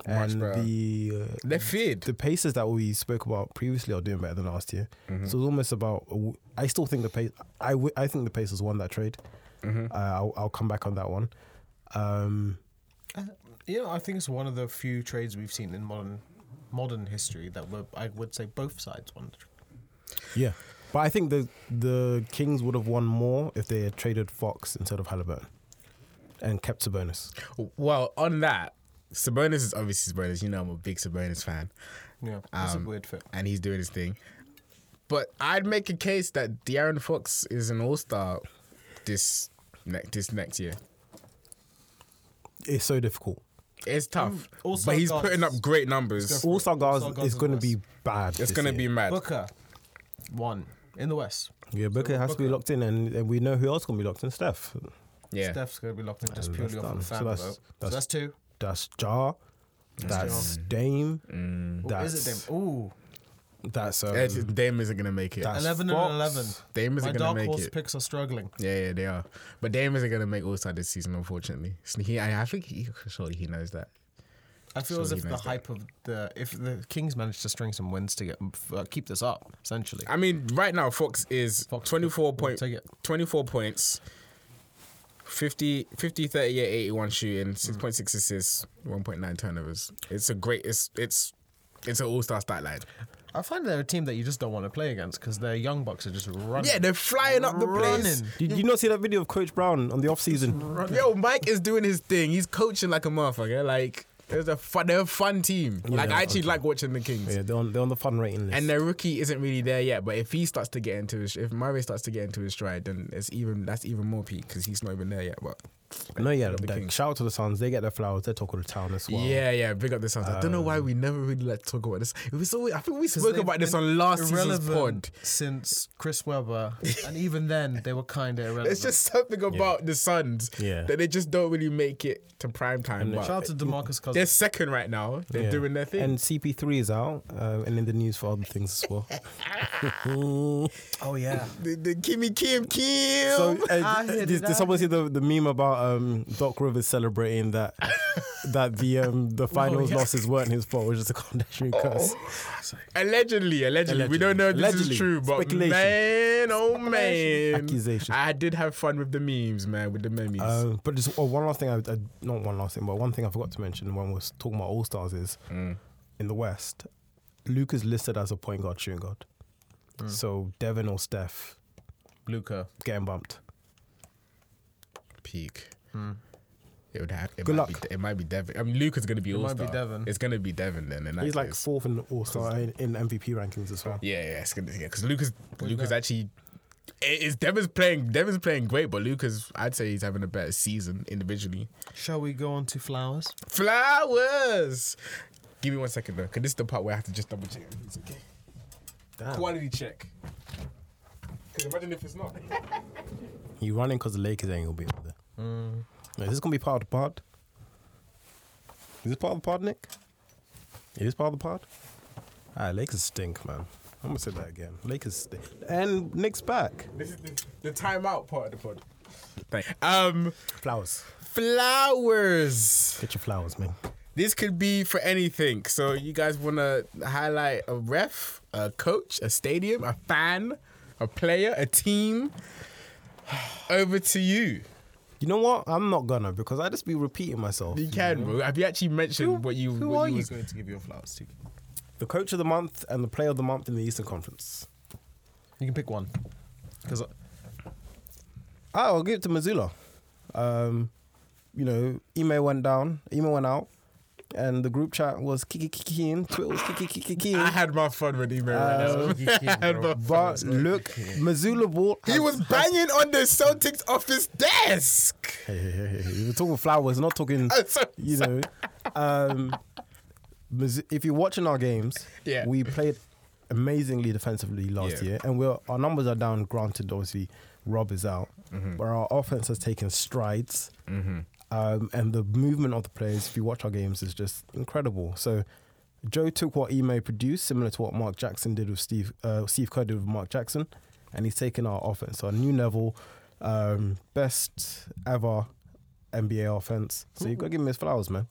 Much
And
better.
the uh,
They're feared.
the paces that we spoke about previously are doing better than last year.
Mm-hmm.
So it's almost about. uh, I still think the pace. I, w- I think the Pacers won that trade.
Mm-hmm.
Uh, I'll, I'll come back on that one. Um,
You know, I think it's one of the few trades we've seen in modern modern history that were, I would say, both sides won. the trade.
yeah, but I think the the Kings would have won more if they had traded Fox instead of Halliburton. and kept Sabonis.
Well, on that, Sabonis is obviously Sabonis. You know, I'm a big Sabonis fan,
Yeah, that's
Um,
a weird fit.
and he's doing his thing. But I'd make a case that De'Aaron Fox is an All Star this ne- this next year.
It's so difficult.
It's tough,
also
but he's
guards.
putting up great numbers.
All Star guards
All-star guards
is
are
going to
worse.
be bad.
It's
this
gonna
year.
be mad.
Booker, one in the West.
yeah. Booker has to be locked in, and, and we know who else going to be locked in. Steph.
Yeah,
Steph's going to be locked in just
And
purely
that's
off of the
done. So
fan vote.
that's-
So
that's-
that's, two.
That's Jar. That's Dame.
Or
That's
Mm. is it them? Ooh,
That's um,
Yeah, it's- Dame isn't gonna make it.
that's-
eleven
Fox.
and eleven.
Dame
My
isn't gonna
dark
make
horse
it.
picks are struggling.
Yeah, yeah, they are. But Dame isn't gonna make All Star this season, unfortunately. He, I I think he, surely he knows that.
I feel
So
as
he
if the
knows that.
hype of the if the Kings manage to string some wins to get uh, keep this up, essentially.
I mean, right now Fox is
Fox,
24 point,
take it.
24 points, 50, 50 38, 81 shooting,
Mm.
6.6 assists, 1.9 turnovers. It's a great. It's it's it's an all star stat line.
I find they're a team that you just don't want to play against because their young bucks are just running.
Yeah, they're flying up the place.
Running.
Did you not see that video of Coach Brown on the off season?
Yo, Mike is doing his thing. He's coaching like a motherfucker. Like it's a fun, they're a fun team. like
they're
I
a
actually
fun
like watching the Kings.
Yeah, they're on, they're on the fun rating list.
And their rookie isn't really there yet, but if he starts to get into his, if Murray starts to get into his stride, then it's even that's even more peak because he's not even there yet. But
no, yeah,
the
like,
Kings.
shout out to the Suns. They get their flowers. They're talk of the town as well.
Yeah, yeah, big up the Suns. I don't know why we never really like to talk about this. It was always, I think we Um, spoke
they've
about this
been
on last season's pod.
irrelevant since Chris Webber, and even then they were kind of irrelevant.
It's just something about the Suns
Yeah.
that they just don't really make it to prime time.
shout out
But
to Demarcus
they're
Cousins.
second right now. They're
Yeah.
doing their thing.
And CP3 is out uh, and in the news for other things as well.
Oh yeah,
the, the Kimmy Kim Kim.
so, uh,
I hear
did, did
that.
someone see the, the meme about um, Doc Rivers celebrating that that the um, the
Oh,
finals
yeah. Oh.
losses weren't his fault, which is a conditioning curse?
allegedly, allegedly, we
Allegedly.
don't know if this
Allegedly.
is true, but
Speculation.
man, oh man,
Accusation.
I did have fun with the memes, man, with the memes.
Uh, but just oh, one last thing, I, I, not one last thing, but one thing I forgot to mention when we are talking about All Stars is
Mm.
in the West, Luke is listed as a point guard, shooting guard.
Mm.
So Devin or Steph
Luca.
getting bumped.
peak.
Hmm.
It would have. It
Good
might
luck.
Be, it might be Devin. I mean, Luca's gonna be
It
all
might
star.
be Devin.
It's gonna be Devin then. And
He's like fourth in All Star in, in MVP rankings as well.
Yeah, yeah, it's gonna. Yeah, because Luca's Luca's
that?
actually. It, it's Devin's playing. Devin's playing great, but Luca's. I'd say he's having a better season individually.
Shall we go on to flowers?
Flowers. Give me one second though, because this is the part where I have to just double check. It's okay. Quality check. Because imagine if it's not.
You running because the Lakers ain't gonna be up there. Now, Is this gonna be part of the pod? Is this part of the pod, Nick? It is part of the pod. Ah, Lakers stink, man. I'm gonna say that again. Lakers stink. And Nick's back.
this is the, the timeout part of the pod. Um,
Flowers.
flowers.
Get your flowers, man.
This could be for anything. So you guys want to highlight a ref, a coach, a stadium, a fan, a player, a team. Over to you.
You know what? I'm not gonna because I just be repeating myself.
You can, bro. Have you actually mentioned what you?
Who
what
are you
was-
going to give your flowers to?
The coach of the month and the player of the month in the Eastern Conference.
You can pick one. Because
Ah, I'll give it to Missoula. Um, you know, email went down, email went out, and the group chat was kiki kikiing, Twitter was kiki
I
kikiing.
had my fun with Email right now. I had my fun.
But look, Missoula ball.
He was banging on the Celtics office desk.
Hey, hey, hey, hey, hey. We're talking flowers, not talking.
I'm so
You know, um, Mizzou- if you're watching our games,
Yeah.
we played amazingly defensively last
Yeah.
year, and we're our numbers are down. Granted, obviously, Rob is out, but our offense has taken strides, um, and the movement of the players. If you watch our games, is just incredible. So. Joe took what Ime produced, similar to what Mark Jackson did with Steve. Uh, Steve Kerr did with Mark Jackson, and he's taken our offense to a new level. Um, best ever NBA offense. So you got to give him his flowers, man.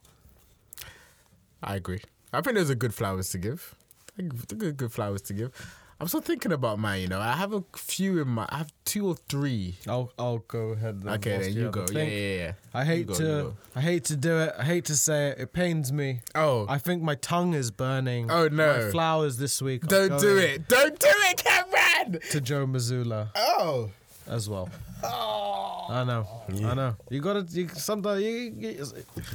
I agree. I think those are good flowers to give. I think They're good, good flowers to give. I'm still thinking about mine. You know, I have a few in my. I have two or three.
I'll I'll go ahead. Then
Okay,
whilst
then you
have a
go. Yeah,
think.
yeah, yeah.
I hate
go, you
to
go.
I hate to do it. I hate to say it. It pains me.
Oh.
I think my tongue is burning.
Oh, no.
My flowers this week. are
Don't do
going
it. Don't do it, Cameron.
To Joe Missoula.
Oh.
as well. I know, I know. You gotta, you, sometimes you, you,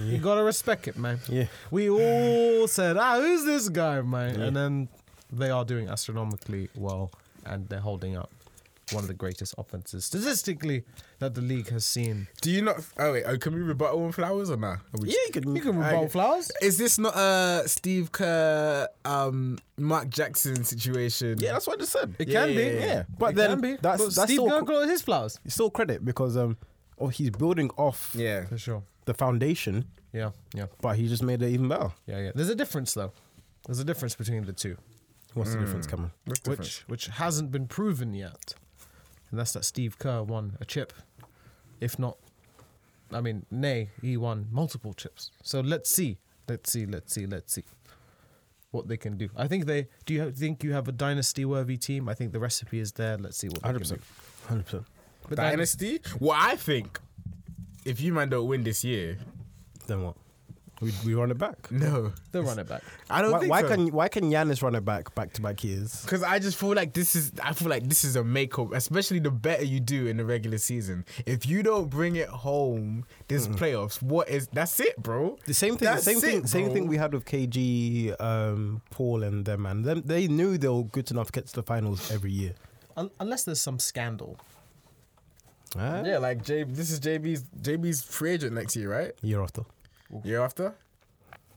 you gotta respect it, man.
Yeah.
We all said, ah, who's this guy, man? And then they are doing astronomically well, and they're holding up one of the greatest offenses statistically that the league has seen.
Do you not? Oh wait, oh, can we rebuttal on flowers or not? Nah? Are we
you can.
You can rebuttal flowers.
Is this not a Steve Kerr, um, Mark Jackson situation?
Yeah, that's what I just said.
It can be,
yeah, yeah.
yeah.
But
It
then
can be.
that's-
But
that's
Steve
all-
Kerr got his flowers
It's still credit because um, oh, he's building off
yeah.
for sure.
the foundation,
Yeah, yeah,
but he just made it even better.
yeah, yeah. There's a difference though. There's a difference between the two.
What's the
Mm.
difference, Cameron?
which which hasn't been proven yet, and that's that Steve Kerr won a chip, if not, I mean, nay, he won multiple chips. So let's see, let's see, let's see, let's see what they can do. I think they. Do you have, think you have a dynasty worthy team? I think the recipe is there. Let's see what. they can
Hundred percent,
do.
hundred percent.
But then-
Dynasty. Well, I think if you man don't win this year,
Then what? We, we run it back.
no,
they'll run it back.
I don't
Why,
think
why
so.
can why can Giannis run it back back to back years?
Because I just feel like this is, I feel like this is a makeup, especially the better you do in the regular season. If you don't bring it home this
Mm-hmm.
playoffs, what is that's it, bro?
The same thing,
That's
same thing,
it,
same
bro.
thing we had with KG, um, Paul, and them. Man, them they knew they were good enough to get to the finals every year.
Un- unless there's some scandal.
Ah,
Yeah, like J, this is JB's JB's free agent next year, right?
Year after,
Year after,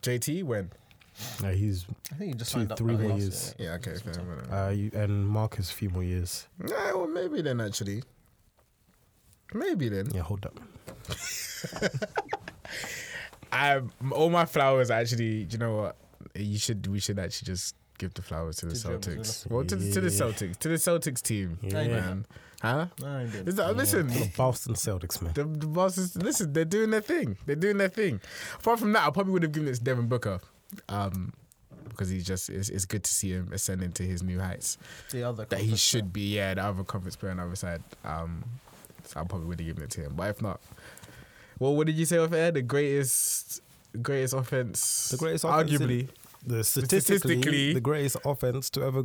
JT when?
yeah, he's
I think you just
Two,
signed up
three
early
more
last
years.
year.
Yeah, okay, fair enough.
uh, you, and Marcus a few more years.
Nah, well, maybe then actually, maybe then.
Yeah, hold up.
I all my flowers actually. do You know what? You should. We should actually just give the flowers to the
Germans,
Celtics. Well, to, the to the
Yeah.
Celtics, to the Celtics team.
Yeah. Yeah.
man. Huh?
No, I didn't.
Is that, Listen,
The Boston Celtics, man.
the, the bosses. Listen, they're doing their thing. They're doing their thing. Apart from that, I probably would have given it to Devin Booker, um, because he's just. It's, it's good to see him ascending to his new heights
The other
that he
conference
should be. Yeah, the other conference player on the other side. Um, so I probably would have given it to him. But if not, well, what did you say off air? The greatest, greatest offense.
The greatest offense in-
arguably.
The statistically,
Statistically-
the greatest offense to ever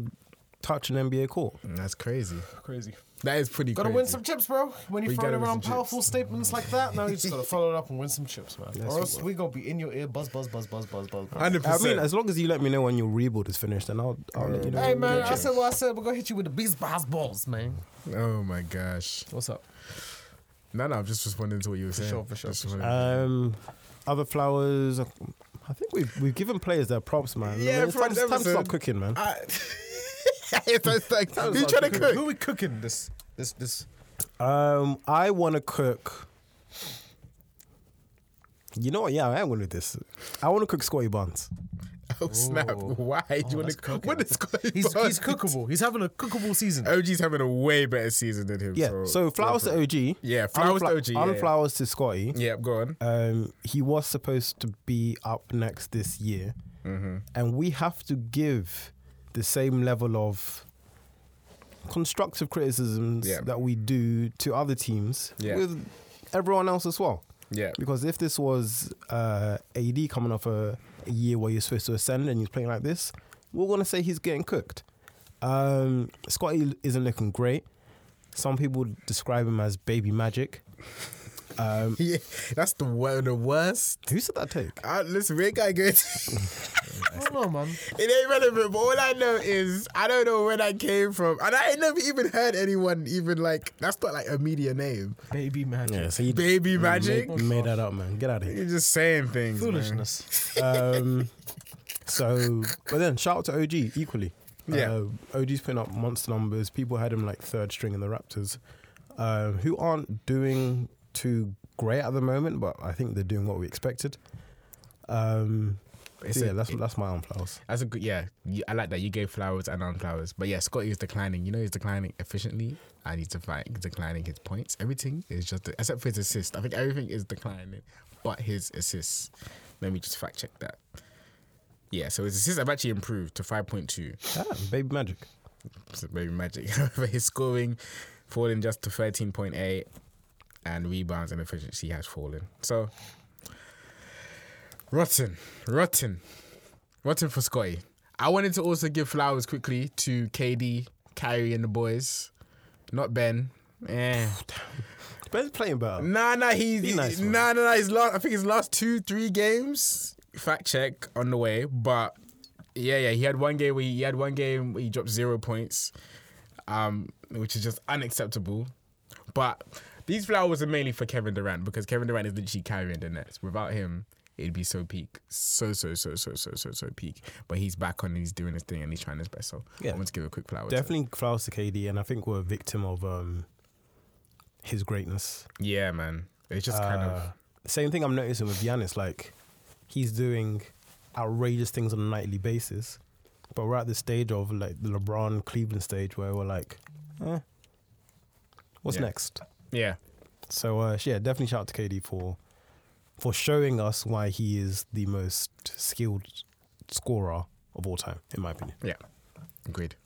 touch an NBA court.
Mm, That's crazy.
Crazy.
That is pretty.
Gotta
crazy.
win some chips, bro. When you
We
throw
gotta win
around
some
powerful statements like that, now you just gotta follow it up and win some chips, man.
That's
or else
what-
we gonna be in your ear, buzz, buzz, buzz, buzz, buzz, buzz.
Hundred
I
percent.
mean, as long as you let me know when your rebuild is finished, then I'll, I'll let you know.
Hey
when
man,
we
I
get
said what I said. We're gonna hit you with the beast bass balls, man.
oh my gosh.
What's up?
No, no. I'm just responding to what you were saying.
sure, for sure,
Just
for sure.
you.
responding.
Um, other flowers. I think we've we've given players their props, man.
Yeah,
it's
for
time, it's time to
Jefferson.
stop cooking, man.
I- Ah. it's it's like,
Sounds
who's
like
trying to
you
cook?
Who are we cooking this? This this.
Um, I want to cook. You know what? Yeah, I am going to do this. I want to cook Scotty Barnes.
Oh snap! Why do you want
Oh, that's
to cook? What is going
He's
on?
he's cookable. He's having a cookable season.
OG's having a way better season than him.
Yeah.
So,
so flowers to OG.
Yeah,
I'm
flowers
fla-
to OG,
I'm
yeah.
flowers to Scotty.
yeah, go on.
Um, he was supposed to be up next this year,
Mm-hmm.
and we have to give the same level of constructive criticisms
Yeah.
that we do to other teams
Yeah.
with everyone else as well.
Yeah.
Because if this was uh, AD coming off a, a year where you're supposed to ascend and he's playing like this, we're going to say he's getting cooked. Um, Scotty isn't looking great. Some people describe him as baby magic. Um,
Yeah, that's the wor- the worst.
who said that take?
Uh, listen, we ain't gotta go. into-
I don't know, man.
it ain't relevant, but all I know is I don't know where that came from, and I ain't never even heard anyone even like that's not like a media name.
Baby magic.
Yeah, so you Mm.
Baby magic.
made, made that up, man. Get out of here.
You're just saying things. man.
Foolishness.
Um, so, but then shout out to OG equally.
Yeah.
Uh, OG's putting up monster numbers. People had him like third string in the Raptors, um, who aren't doing too great at the moment, but I think they're doing what we expected. Um,
It's
so
a-
yeah, that's that's my own flowers.
That's a good. Yeah, you, I like that. You gave flowers and unflowers, but yeah, Scotty is declining. You know, he's declining efficiently, and he's defi- declining his points. Everything is just except for his assist. I think everything is declining, but his assists. Let me just fact check that. Yeah, so his assists have actually improved to five point two.
Ah, baby magic.
So maybe magic. However, his scoring falling just to thirteen point eight, and rebounds and efficiency has fallen. So rotten, rotten, rotten for Scotty. I wanted to also give flowers quickly to KD, Kyrie, and the boys. Not Ben, Eh. Yeah.
Ben's playing better.
Nah, nah, he's
Be nice, man.
nah, nah, nah. He's lost. I think his last two, three games. Fact check on the way, but yeah, yeah. He had one game where he, he had one game where he dropped zero points, um, which is just unacceptable. But these flowers are mainly for Kevin Durant because Kevin Durant is literally carrying the Nets. Without him, it'd be so peak, so so so so so so so peak. But he's back on and he's doing his thing and he's trying his best. So
Yeah.
I want to give a quick flower. to-
Definitely flowers to KD, and I think we're a victim of um, his greatness.
yeah, man. It's just kind
Uh,
of
same thing I'm noticing with Giannis. Like he's doing outrageous things on a nightly basis, but we're at the stage of like the LeBron Cleveland stage where we're like, eh, what's
Yeah.
next?
yeah,
So uh, yeah, definitely shout out to KD for for showing us why he is the most skilled scorer of all time, in my opinion.
Yeah. Agreed.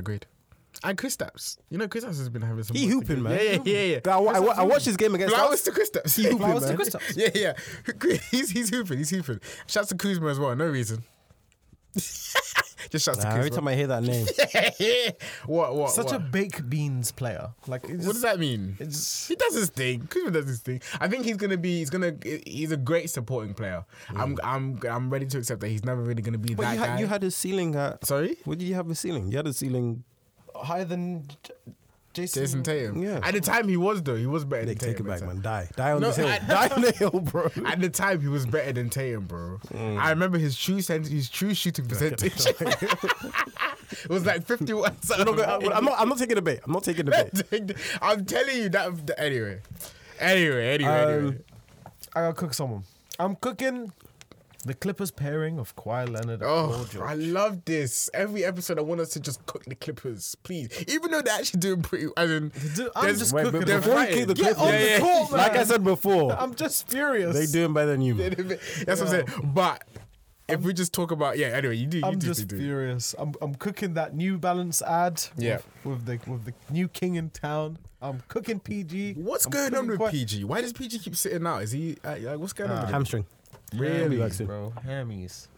Agreed. And Kristaps. You know, Kristaps has been having some.
He hooping, man.
Yeah, yeah, yeah. yeah.
I, wa- I wa- I watched his game against.
Flowers to Kristaps. He
Flowers to Kristaps.
Yeah, yeah. Kri- He's he's hooping. He's hooping. Shouts to Kuzma as well. No reason. Just shouts
Nah,
to
every
Kuzma.
time I hear that name,
what? What?
Such
what?
a baked beans player. Like, it's
What does that mean?
It's-
he does his thing. Kuzma does his thing. I think he's gonna be. He's gonna. He's a great supporting player. I'm. I'm. I'm ready to accept that he's never really gonna be
Mm. but
that
you
guy.
had, you had his ceiling uh, at.
Sorry.
What did you have a ceiling? You had a ceiling
higher than Jason.
Jason Tatum.
Yeah.
At the time, he was though. He was better
Nick,
than
take it
Tatum.
back,
at
man. Die. Die on
No,
this hill.
I-
Die on the hill, bro.
the time. At the time, he was better than Tatum, bro.
Mm.
I remember his true cent- his true shooting percentage. it was like fifty one.
I'm not, I'm not taking a bait. I'm not taking a bait.
I'm telling you that. that- Anyway, anyway, anyway,
Um,
anyway.
I gotta cook someone. I'm cooking the Clippers pairing of Kawhi Leonard and Paul
Oh,
George.
I love this. Every episode, I want us to just cook the Clippers, please. Even though they're actually doing pretty. I mean,
do- I'm
there's-
just
Wait,
cooking
but
they're
them.
before you
fighting.
kick the
Get
Clippers,
on the Yeah, yeah. court,
like I said before,
I'm just furious.
they doing better than you. man.
That's what I'm saying. But if we just talk about, yeah. Anyway, you do. You
I'm
do,
just
you do.
furious. I'm, I'm cooking that New Balance ad.
Yeah.
With, with the with the new king in town. I'm cooking PG.
What's
I'm
going on
cooking
with
Kawhi-
PG? Why does PG keep sitting out? Is he uh, like what's going on? With him?
Hamstring.
Really,
likes it.
bro. Hammies.
It's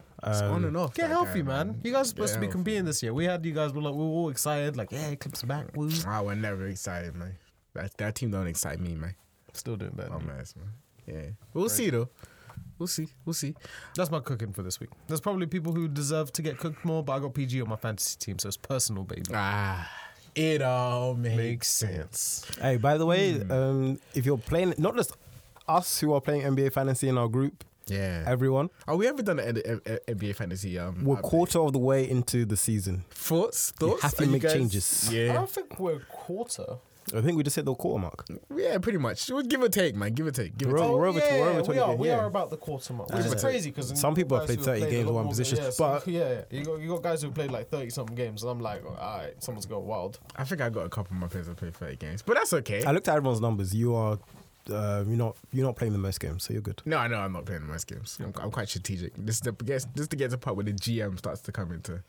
on
Um,
and off.
Get
that
healthy,
guy,
man. You guys are supposed
Get
to be
healthy.
competing this year. We had you guys were like we were all excited, like yeah, Clips are back. Woo.
I we're never excited, man. That that team don't excite me, man.
Still doing better.
Bum ass, man. Yeah, we'll see though. We'll see. We'll see.
That's my cooking for this week. There's probably people who deserve to get cooked more, but I got PG on my fantasy team, so it's personal, baby.
Ah, it all makes,
Makes
sense.
Hey, by the way,
Hmm.
um, if you're playing, not just us who are playing NBA fantasy in our group,
Yeah.
everyone,
Are we ever done an N- N- NBA fantasy? Um,
we're
update?
quarter of the way into the season.
Thoughts? Thoughts?
have to
Are you
make
guys-
changes.
I
Yeah.
don't think we're quarter.
I think we just hit the quarter mark.
Yeah, pretty much. Well, Give or take, man. Give or take. Give or
We're
take.
all- we're over to- we're over to
Oh, we
the
are.
game,
We
yeah.
are about the quarter mark, which
Yeah.
is crazy because
Some people have played 30 games in one position,
Yeah, so-
but-
yeah, yeah. You, got, you got guys who played like thirty something games, and I'm like, all right, someone's gone wild.
I think I got a couple of my players that played 30 games, but that's okay.
I looked at everyone's numbers. You are, uh, you're not, you're not playing the most games, so you're good.
No, I know I'm not playing the most games. I'm, I'm quite strategic. This is the guess, this is the get to part where the GM starts to come into.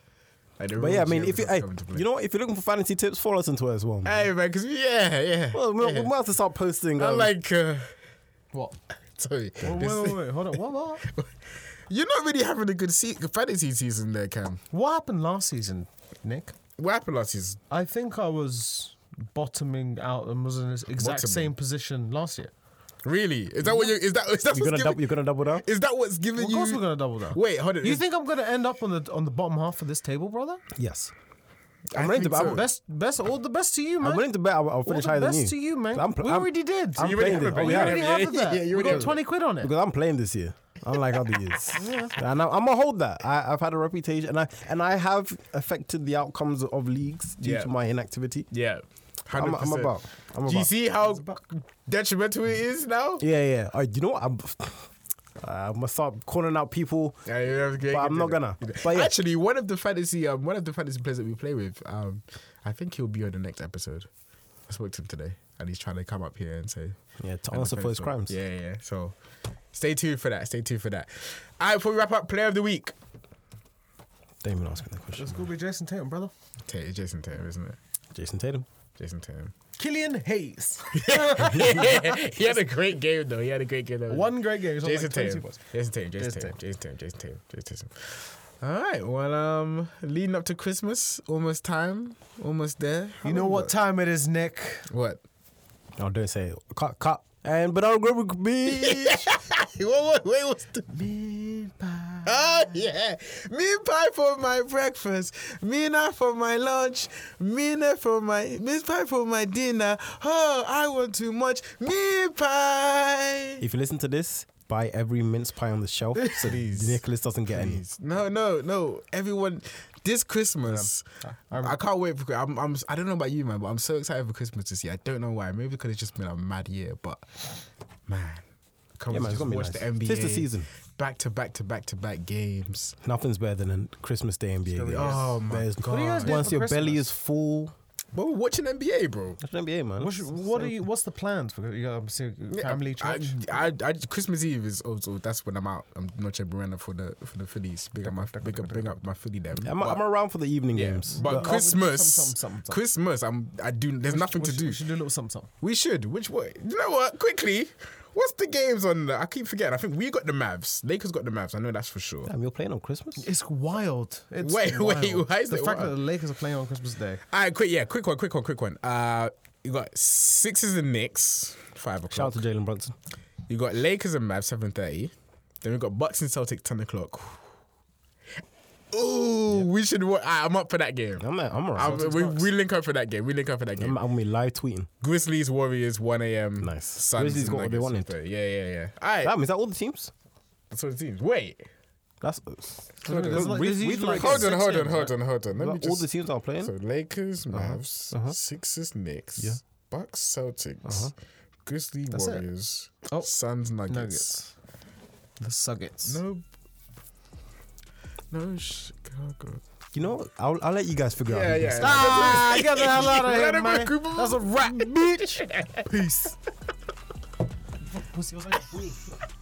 Like the
But
real
yeah, I mean,
GM
if you,
starts
hey,
coming to play.
you know what, if you're looking for fantasy tips, follow us on Twitter as well. Man.
hey man, because yeah, yeah.
Well, we,
yeah.
we might have to start posting.
I'm
Um,
like, uh,
What?
sorry, this-
Wait, wait, wait, wait, hold on. What, what?
you're not really having a good se- fantasy season there, Cam.
what happened last season, Nick?
What happened last season?
I think I was bottoming out and was in the exact
Bottoming.
same position last year.
Really? Is that what you? Is that is that what's
you're gonna,
giving,
double, you're gonna double down.
Is that what's giving
Of
you?
course, we're gonna double down.
Wait, hold on.
You
is-
think I'm gonna end up on the on the bottom half of this table, brother?
Yes.
I
I'm ready to
think so.
I'm-
Best, best, all the best to you, man.
I'm willing to bet I'll, I'll
all
finish
the
higher than you.
best to you, man.
I'm pl-
we
I'm-
already did.
I'm
You already have
playing
it,
this. Oh,
but
we
yeah.
already
yeah,
have
yeah,
it there.
yeah, you
we
already have
got
it.
twenty quid on it.
because I'm playing this year. Unlike other years, and I'm, I'm gonna hold that. I, I've had a reputation, and I and I have affected the outcomes of leagues due
Yeah.
to my inactivity.
Yeah, 100%.
I'm, I'm about. I'm about.
Do you see how detrimental it is now?
Yeah, yeah. All right, you know what? I'm, I'm gonna start calling out people.
Yeah, yeah, yeah, yeah,
But I'm
yeah,
not
yeah.
gonna. But yeah.
Actually, one of the fantasy, um, one of the fantasy players that we play with, um, I think he'll be on the next episode. I spoke to him today, and he's trying to come up here and say,
Yeah, to
and
answer for his
defend himself.
crimes.
Yeah, yeah. yeah. So, stay tuned for that. Stay tuned for that. All right, before we wrap up, player of the week.
Don't even ask me that question.
Let's go with Jason Tatum, brother.
Ta- It's Jason Tatum, isn't it?
Jason Tatum.
Jason Tatum.
Killian Hayes.
he had a great game though. He had a great game. Though.
One great game. He's on,
Jason
like 22
Tatum.
points.
Jason Tatum. Jason
Jason
Tatum. Jason Tatum. Jason Tatum. Jason Tatum. All right. Well, um, leading up to Christmas, almost time, almost there. How
You know
long
what time it is, Nick?
What?
No, Oh, don't say it. Cut, cut. And but I'll grab a bitch.
Wait, wait, wait, what's the Oh yeah, meat pie for my breakfast, Mina for my lunch, Mina for my meat pie for my dinner. Oh, I want too much meat pie.
if you listen to this, buy every mince pie on the shelf so
Please.
Nicholas doesn't get any.
No, no, no. Everyone, this Christmas, I, can't wait for. I'm, I'm. I don't know about you, man, but I'm so excited for Christmas this year. I don't know why. Maybe because it's just been a mad year, but man, come
Yeah,
on,
man, it's
just
gonna be
watch
nice.
the NBA.
Tis the season.
Back to back to back to back games.
Nothing's better than a Christmas Day NBA game.
Oh my God. What do you guys do
Once
for
your belly
Christmas?
is full,
But we're watching NBA, bro.
that's NBA, man.
What's, what are you? What's the plans? Because you got obviously family
I,
church.
I, I, Christmas Eve is also that's when I'm out. I'm not Brenda for the for the Phillies. Big up my big up, big up my Philly them.
I'm, I'm around for the evening games.
but
I would do
Christmas,
some- some- some- some.
Christmas, I'm I do. There's nothing
We
to
should-
do.
We should do a little something. something.
We should. Which way? You know what? Quickly, what's the games on? The, I keep forgetting. I think we got the Mavs. Lakers got the Mavs. I know that's for sure.
Damn, you're playing on Christmas?
It's wild. It's
Wait,
wild.
wait, why is
the
it
fact
wild?
that the Lakers are playing on Christmas Day?
All right, quick. Yeah, quick one, quick one, quick one. Uh, you got Sixers and Knicks, five o'clock.
Shout out to Jalen Brunson.
You got Lakers and Mavs seven thirty. Then we got Bucks and Celtics ten o'clock. Ooh, we should. Wa- I- I'm up for that game.
I'm, I'm
I'm-
around.
we, we link up for that game. We link up for that game.
I'm, I'm gonna be live tweeting.
Grizzlies Warriors one a.m.
Nice.
Suns
Grizzlies
and
got what they
Nuggets,
wanted.
7:30. Yeah, yeah, yeah. All right,
Damn, is that all the teams?
that's what it seems. Wait,
That's
There's like-
we-
there's
we-
usually like
hold on,
six
hold on,
games,
hold
right?
on, hold on. Let me
all the
just.
teams are playing.
So Lakers, Mavs,
uh-huh.
Sixers, Knicks,
Yeah.
Bucks, Celtics,
Uh-huh.
Grizzlies,
That's it.
Warriors,
Oh.
Suns, Nuggets.
Nuggets. The Suggets.
No. No Chicago.
You know, what? I'll, I'll let you guys figure out.
Yeah,
who
yeah.
this-
Ah, get the hell out of
Let
here,
him
man.
recoup-
That's a wrap, bitch. Peace.